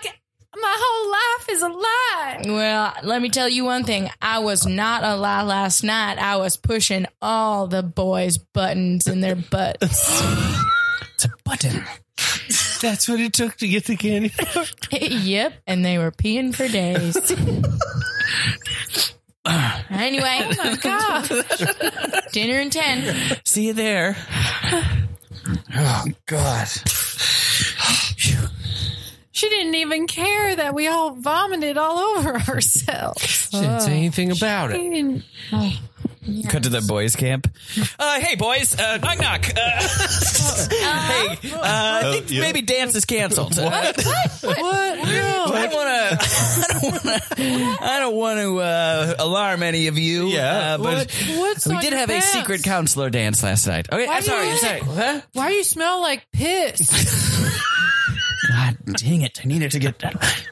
feel like my whole life is a lie.
Well, let me tell you one thing. I was not a lie last night. I was pushing all the boys' buttons in their butts.
Button.
That's what it took to get the candy.
yep, and they were peeing for days. anyway, oh dinner in ten.
See you there. Oh God.
She didn't even care that we all vomited all over ourselves.
She didn't say anything about
She
it.
didn't-
Cut to the boys' camp. Uh, hey, boys. Uh, knock, knock. Uh, hey, uh, I think
yeah.
maybe dance is canceled.
What?
What? I don't want to. I don't want to uh, alarm any of you. Yeah, Uh, but
What- what's
we
on
did
your
have
pants?
a secret counselor dance last night. Okay,
Why
I'm
do
sorry.
you-
I'm sorry. Huh?
Why do you smell like piss?
God dang it! I needed to get.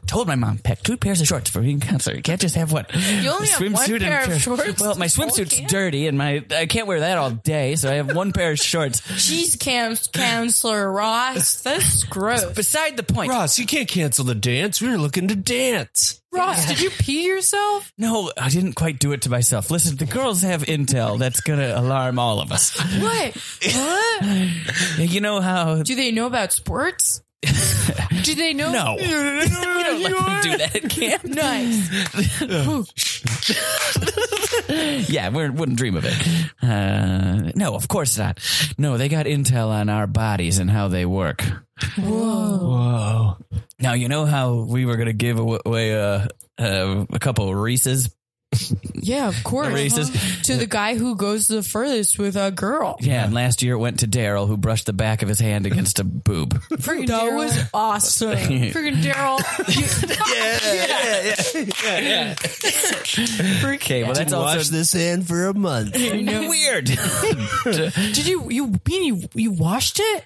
told my mom pack two pairs of shorts for being counselor. You can't just have one.
You only
The
have one
swimsuit
pair
and
of shorts
Well, my swimsuit's dirty, and my I can't wear that all day, so I have one pair of shorts.
She's camp counselor Ross. That's gross.
Beside the point,
Ross, you can't cancel the dance. We were looking to dance.
Ross, did you pee yourself?
No, I didn't quite do it to myself. Listen, the girls have intel that's gonna alarm all of us.
What? What?
You know how?
Do they know about sports?
Do they know?
No. We
don't
let them do that at camp.
Nice.
yeah, we wouldn't dream of it. Uh, no, of course not. No, they got intel on our bodies and how they work. Whoa. Whoa. Now, you know how we were going to give awa- away a, uh a couple of Reese's?
Yeah, of course.
Reese's.
To the guy who goes the furthest with a girl.
Yeah, and last year it went to Daryl, who brushed the back of his hand against a boob.
Freaking that was awesome.
Freaking Daryl.
yeah, yeah, yeah.
Okay, well, that's
Didn't
also-
wash this hand for a month.
Weird.
Did you you mean you you washed it?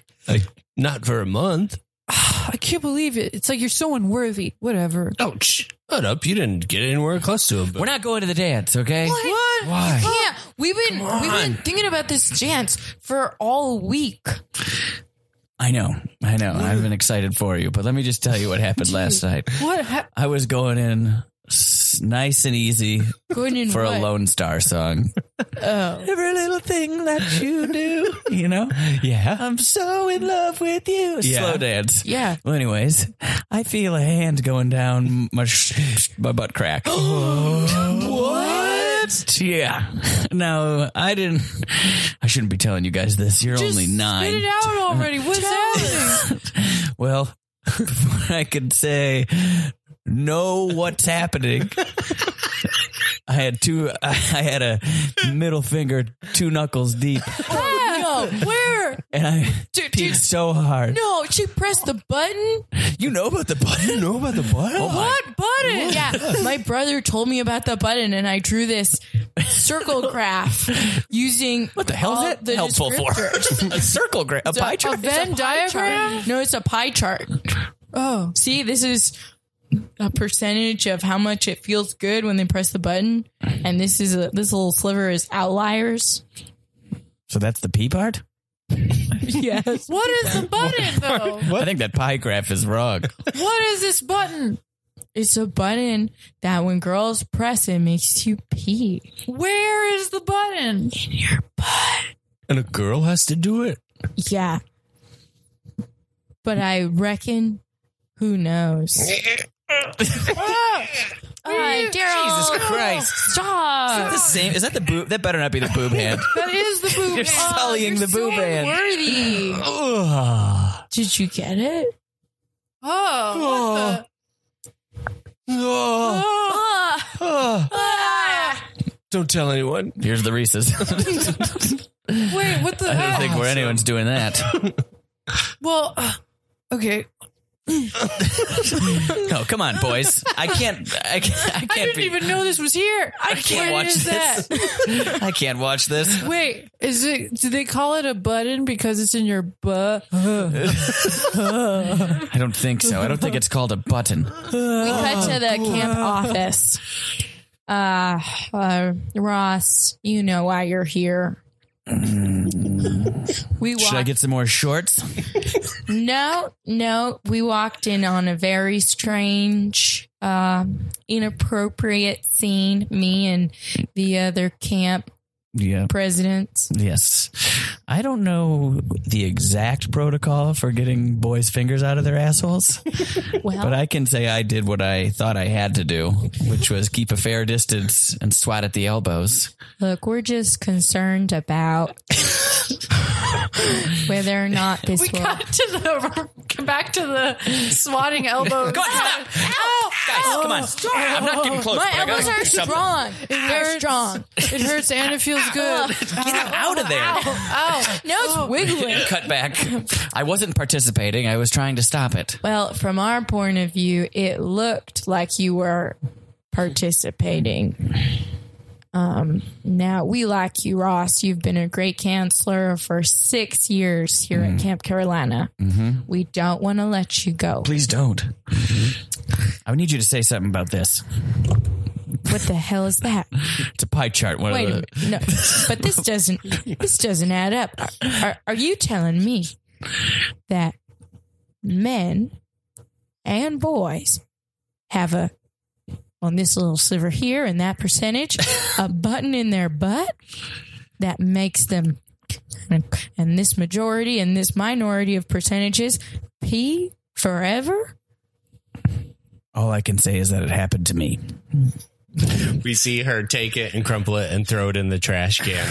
Not for a month.
I can't believe it. It's like you're so unworthy. Whatever.
Oh, shut up. You didn't get anywhere close to it.
We're not going to the dance, okay?
What?
Why?
You can't. We've been
Come
we've been
on.
thinking about this dance for all week.
I know, I know. I've been excited for you, but let me just tell you what happened last night.
What? Ha-
I was going in s- nice and easy
Going in
for a
what?
Lone Star song.
Oh.
Every little thing that you do,
you know? Yeah.
I'm so in love with you.
Slow dance.
Yeah.
Well, anyways, I feel a hand going down my sh- my butt crack. what? Yeah. No, I didn't. I shouldn't be telling you guys this. You're only nine.
Spit it out already. What's happening?
Well, before I could say know what's happening, I had two. I had a middle finger, two knuckles deep.
Oh, No, where?
And I dude, peed so hard.
No, she pressed the button.
You know about the button? You know about the button?
Oh,
what button? Yeah, my brother told me about the button, and I drew this circle graph using what Uh, the
hell is that helpful for? a circle graph, a pie chart,
a Venn
It's a pie
diagram.
chart.
No, it's a pie chart. Oh, see, this is a percentage of how much it feels good when they press the button, and this is a, this little sliver is outliers.
So that's the pee part?
Yes.
What is the button though?
I think that pie graph is wrong.
What is this button? It's a button that when girls press it makes you pee.
Where is the button?
And a girl has to do it.
Yeah. But I reckon who knows.
Daryl.
Jesus Christ.
Stop.
Is that the same? Is that the boob? That better not be the boob hand.
That is the boob.
You're sullying the boob hand.
Worthy.
Ugh.
Did you get it? uh,
Oh,
Ah.
Ah.
Don't tell anyone. Here's the Reese's.
Wait, what the
I don't
heck?
think where anyone's doing that.
Well, uh, okay.
No, Oh, come on, boys. I can't. I can't. I
I,
can't
didn't
be-
even know this was here. I,
I can't
What
watch
is
this.
that?
I can't watch this.
Wait, is it? Do they call it a button because it's in your butt? Wait,
I don't think so. I don't think it's called a button.
we cut to the camp office. Uh, uh, Ross, you know why you're here. we
Should I
walked-
get some more shorts?
No, no, we walked in on a very strange, um, inappropriate scene. Me and the other camp
Yeah.
presidents.
Yes. I don't know the exact protocol for getting boys' fingers out of their assholes, but I can say I did what I thought I had to do, which was keep a fair distance and swat at the elbows.
Look, we're just concerned about whether or not this
we
will.
got to the come back to the swatting elbow.
Go on,
Ow,
Guys,
ow,
come on.
stop.
I'm not getting close,
My
but I gotta
elbows
do
are
something.
strong.
It hurts.
strong. It hurts and it feels good. Oh. Get
Oh,
out of there.
Ow! Now it's wiggling.
Cut back. I wasn't participating. I was trying to stop it.
Well, from our point of view, it looked like you were participating. Um, now we like you, Ross. You've been a great counselor for six years here at Camp Carolina.
Mm-hmm.
We don't want to let you go.
Please don't. I need you to say something about this.
What the hell is that?
It's a pie chart. One
Wait a
of the,
minute. No, but this doesn't. This doesn't add up. Are, are, are you telling me that men and boys have a on this little sliver here and that percentage a button in their butt that makes them and this majority and this minority of percentages pee forever?
All I can say is that it happened to me.
We see her take it and crumple it and throw it in the trash can.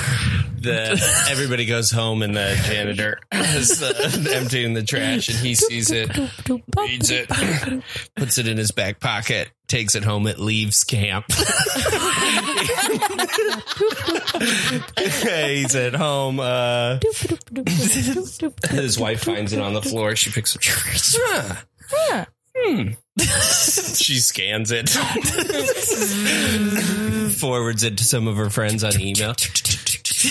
The everybody goes home and the janitor is uh, emptying the trash and he sees it, reads it, puts it in his back pocket, takes it home. It leaves camp. He's at home. Uh, his wife finds it on the floor. She picks it. Huh.
Huh.
Hmm. she scans it, forwards it to some of her friends on email.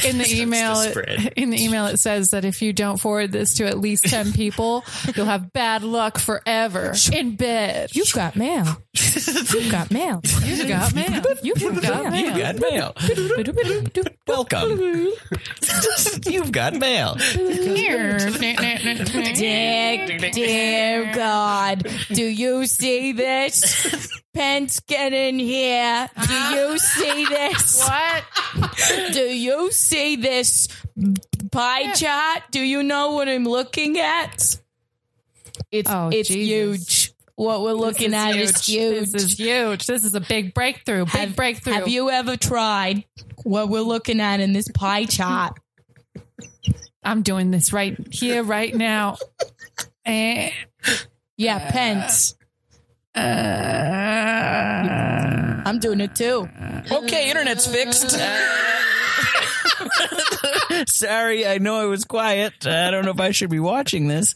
in the email
spread.
in the email it says that if you don't forward this to at least 10 people you'll have bad luck forever in bed
you've got mail you've got mail
you've got mail you've got mail
You've got mail. Welcome. You've got mail.
Dick, dear God, do you see this? Pence, get in here. Do you see this?
What?
Do you see this pie chart? Do you know what I'm looking at? It's it's huge. What we're looking at Oh, is huge.
This is huge. This is a big breakthrough. Big breakthrough.
Have you ever tried what we're looking at in this pie chart?
I'm doing this right here, right now. Eh. Uh,
Yeah, Pence. I'm doing it too.
Okay, internet's fixed. Sorry, I know I was quiet. I don't know if I should be watching this.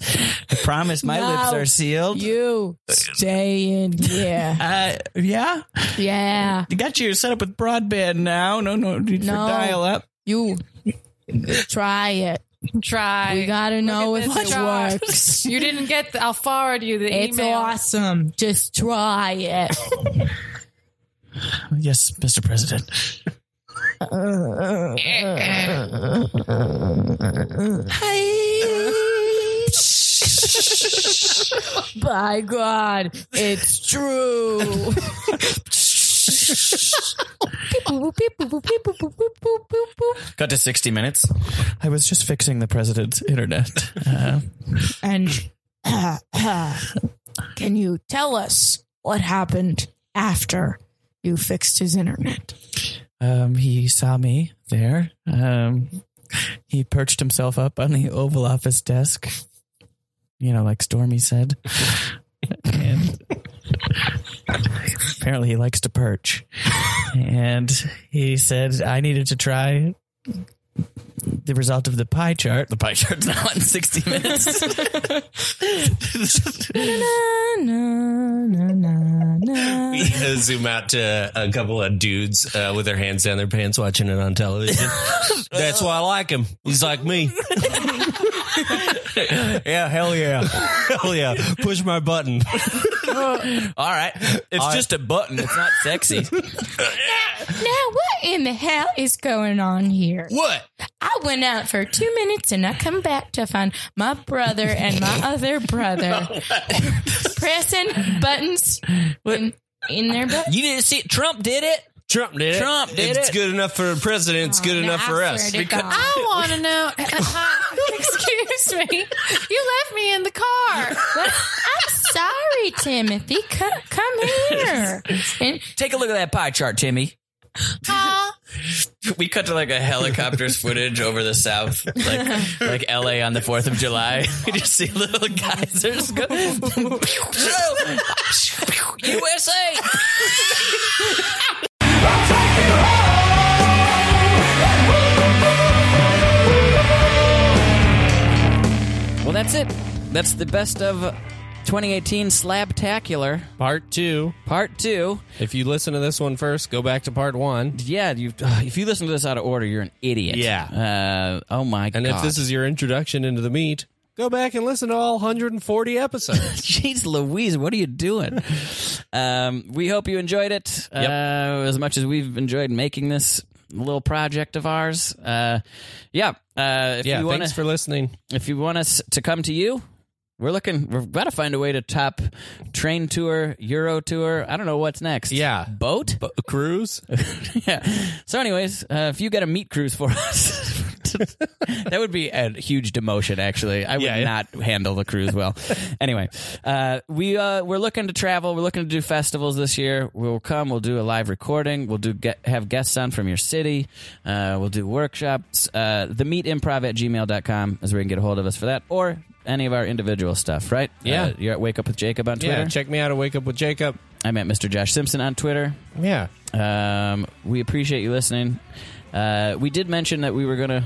I promise my
No.
lips are sealed.
You
stay in here. Uh, yeah?
Yeah.
You got you set up with broadband now. No, no, need for
No.
dial up.
You try it.
Try.
We gotta know if
What?
it works.
You didn't get. The, I'll forward you the
It's
email.
awesome. Just try it.
Yes, Mr. President.
By God, it's true.
Got to 60 minutes. I was just fixing the president's internet. Uh,
and can you tell us what happened after you fixed his internet?
um, he saw me there. Um, he perched himself up on the Oval Office desk, you know, like Stormy said. and apparently he likes to perch. And he said, I needed to try the result of the pie chart. The pie chart's now in 60 minutes.
We uh, zoom out to a couple of dudes uh, with their hands down their pants watching it on television. That's why I like him. He's like me. yeah, hell yeah. Hell yeah. Push my button.
Uh,
All right. It's just a button. It's not sexy.
Now, what in the hell is going on here?
What?
I went out for two minutes and I come back to find my brother and my other brother pressing buttons in, in their butt.
You didn't see Trump did it.
Trump did it.
Trump did
it's
it.
good enough for a president. It's good enough for us.
I want to know. Excuse me. You left me in the car.
Well, I'm sorry, Timothy. Come, come here.
Take a look at that pie chart, Timmy.
Aw.
We cut to like a helicopter's footage over the south, like like LA on the Fourth of July. We just see little geysers go. USA. Well, that's it. That's the best of 2018 Slabtacular
Part two.
Part two.
If you listen to this one first, go back to part one.
Yeah, you. uh, If you listen to this out of order, you're an idiot. Yeah. Uh, oh my
And
god.
if this is your introduction into the meat, go back and listen to all 140 episodes.
Jeez Louise, what are you doing? um, we hope you enjoyed it uh, as much as we've enjoyed making this little project of ours. Uh, yeah. Uh, if
Yeah,
you wanna,
thanks for listening.
If you want us to come to you, we're looking. We've got to find a way to top train tour, Euro tour. I don't know what's next. Yeah, boat
cruise.
yeah. So, anyways, uh, if you got a meat cruise for us. that would be a huge demotion actually i would not handle the cruise well anyway uh, we uh, we're looking to travel we're looking to do festivals this year we'll come we'll do a live recording we'll do get, have guests on from your city uh, we'll do workshops uh, the meat improv at gmail.com is where you can get a hold of us for that or any of our individual stuff right
Yeah.
Uh, you're at wake up with jacob on twitter
Yeah, check me out at Wake Up with Jacob.
i'm at mr josh simpson on twitter
Yeah.
um, we appreciate you listening. Uh, we did mention that we were going to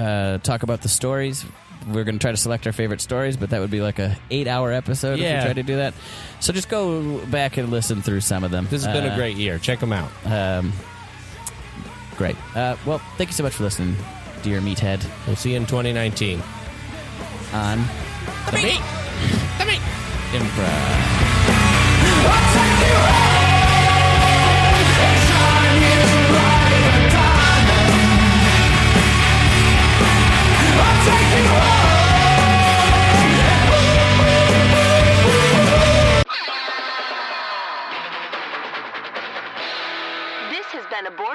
uh, talk about the stories. We're going to try to select our favorite stories, but that would be like a eight hour episode if
Yeah.
we try to do that. So just go back and listen through some of them. Uh,
This has been a great year. Check them out.
Um, great. Uh, well, thank you so much for listening, dear meathead.
We'll see you in 2019
on
The meat. The meat.
Improv.
This has been a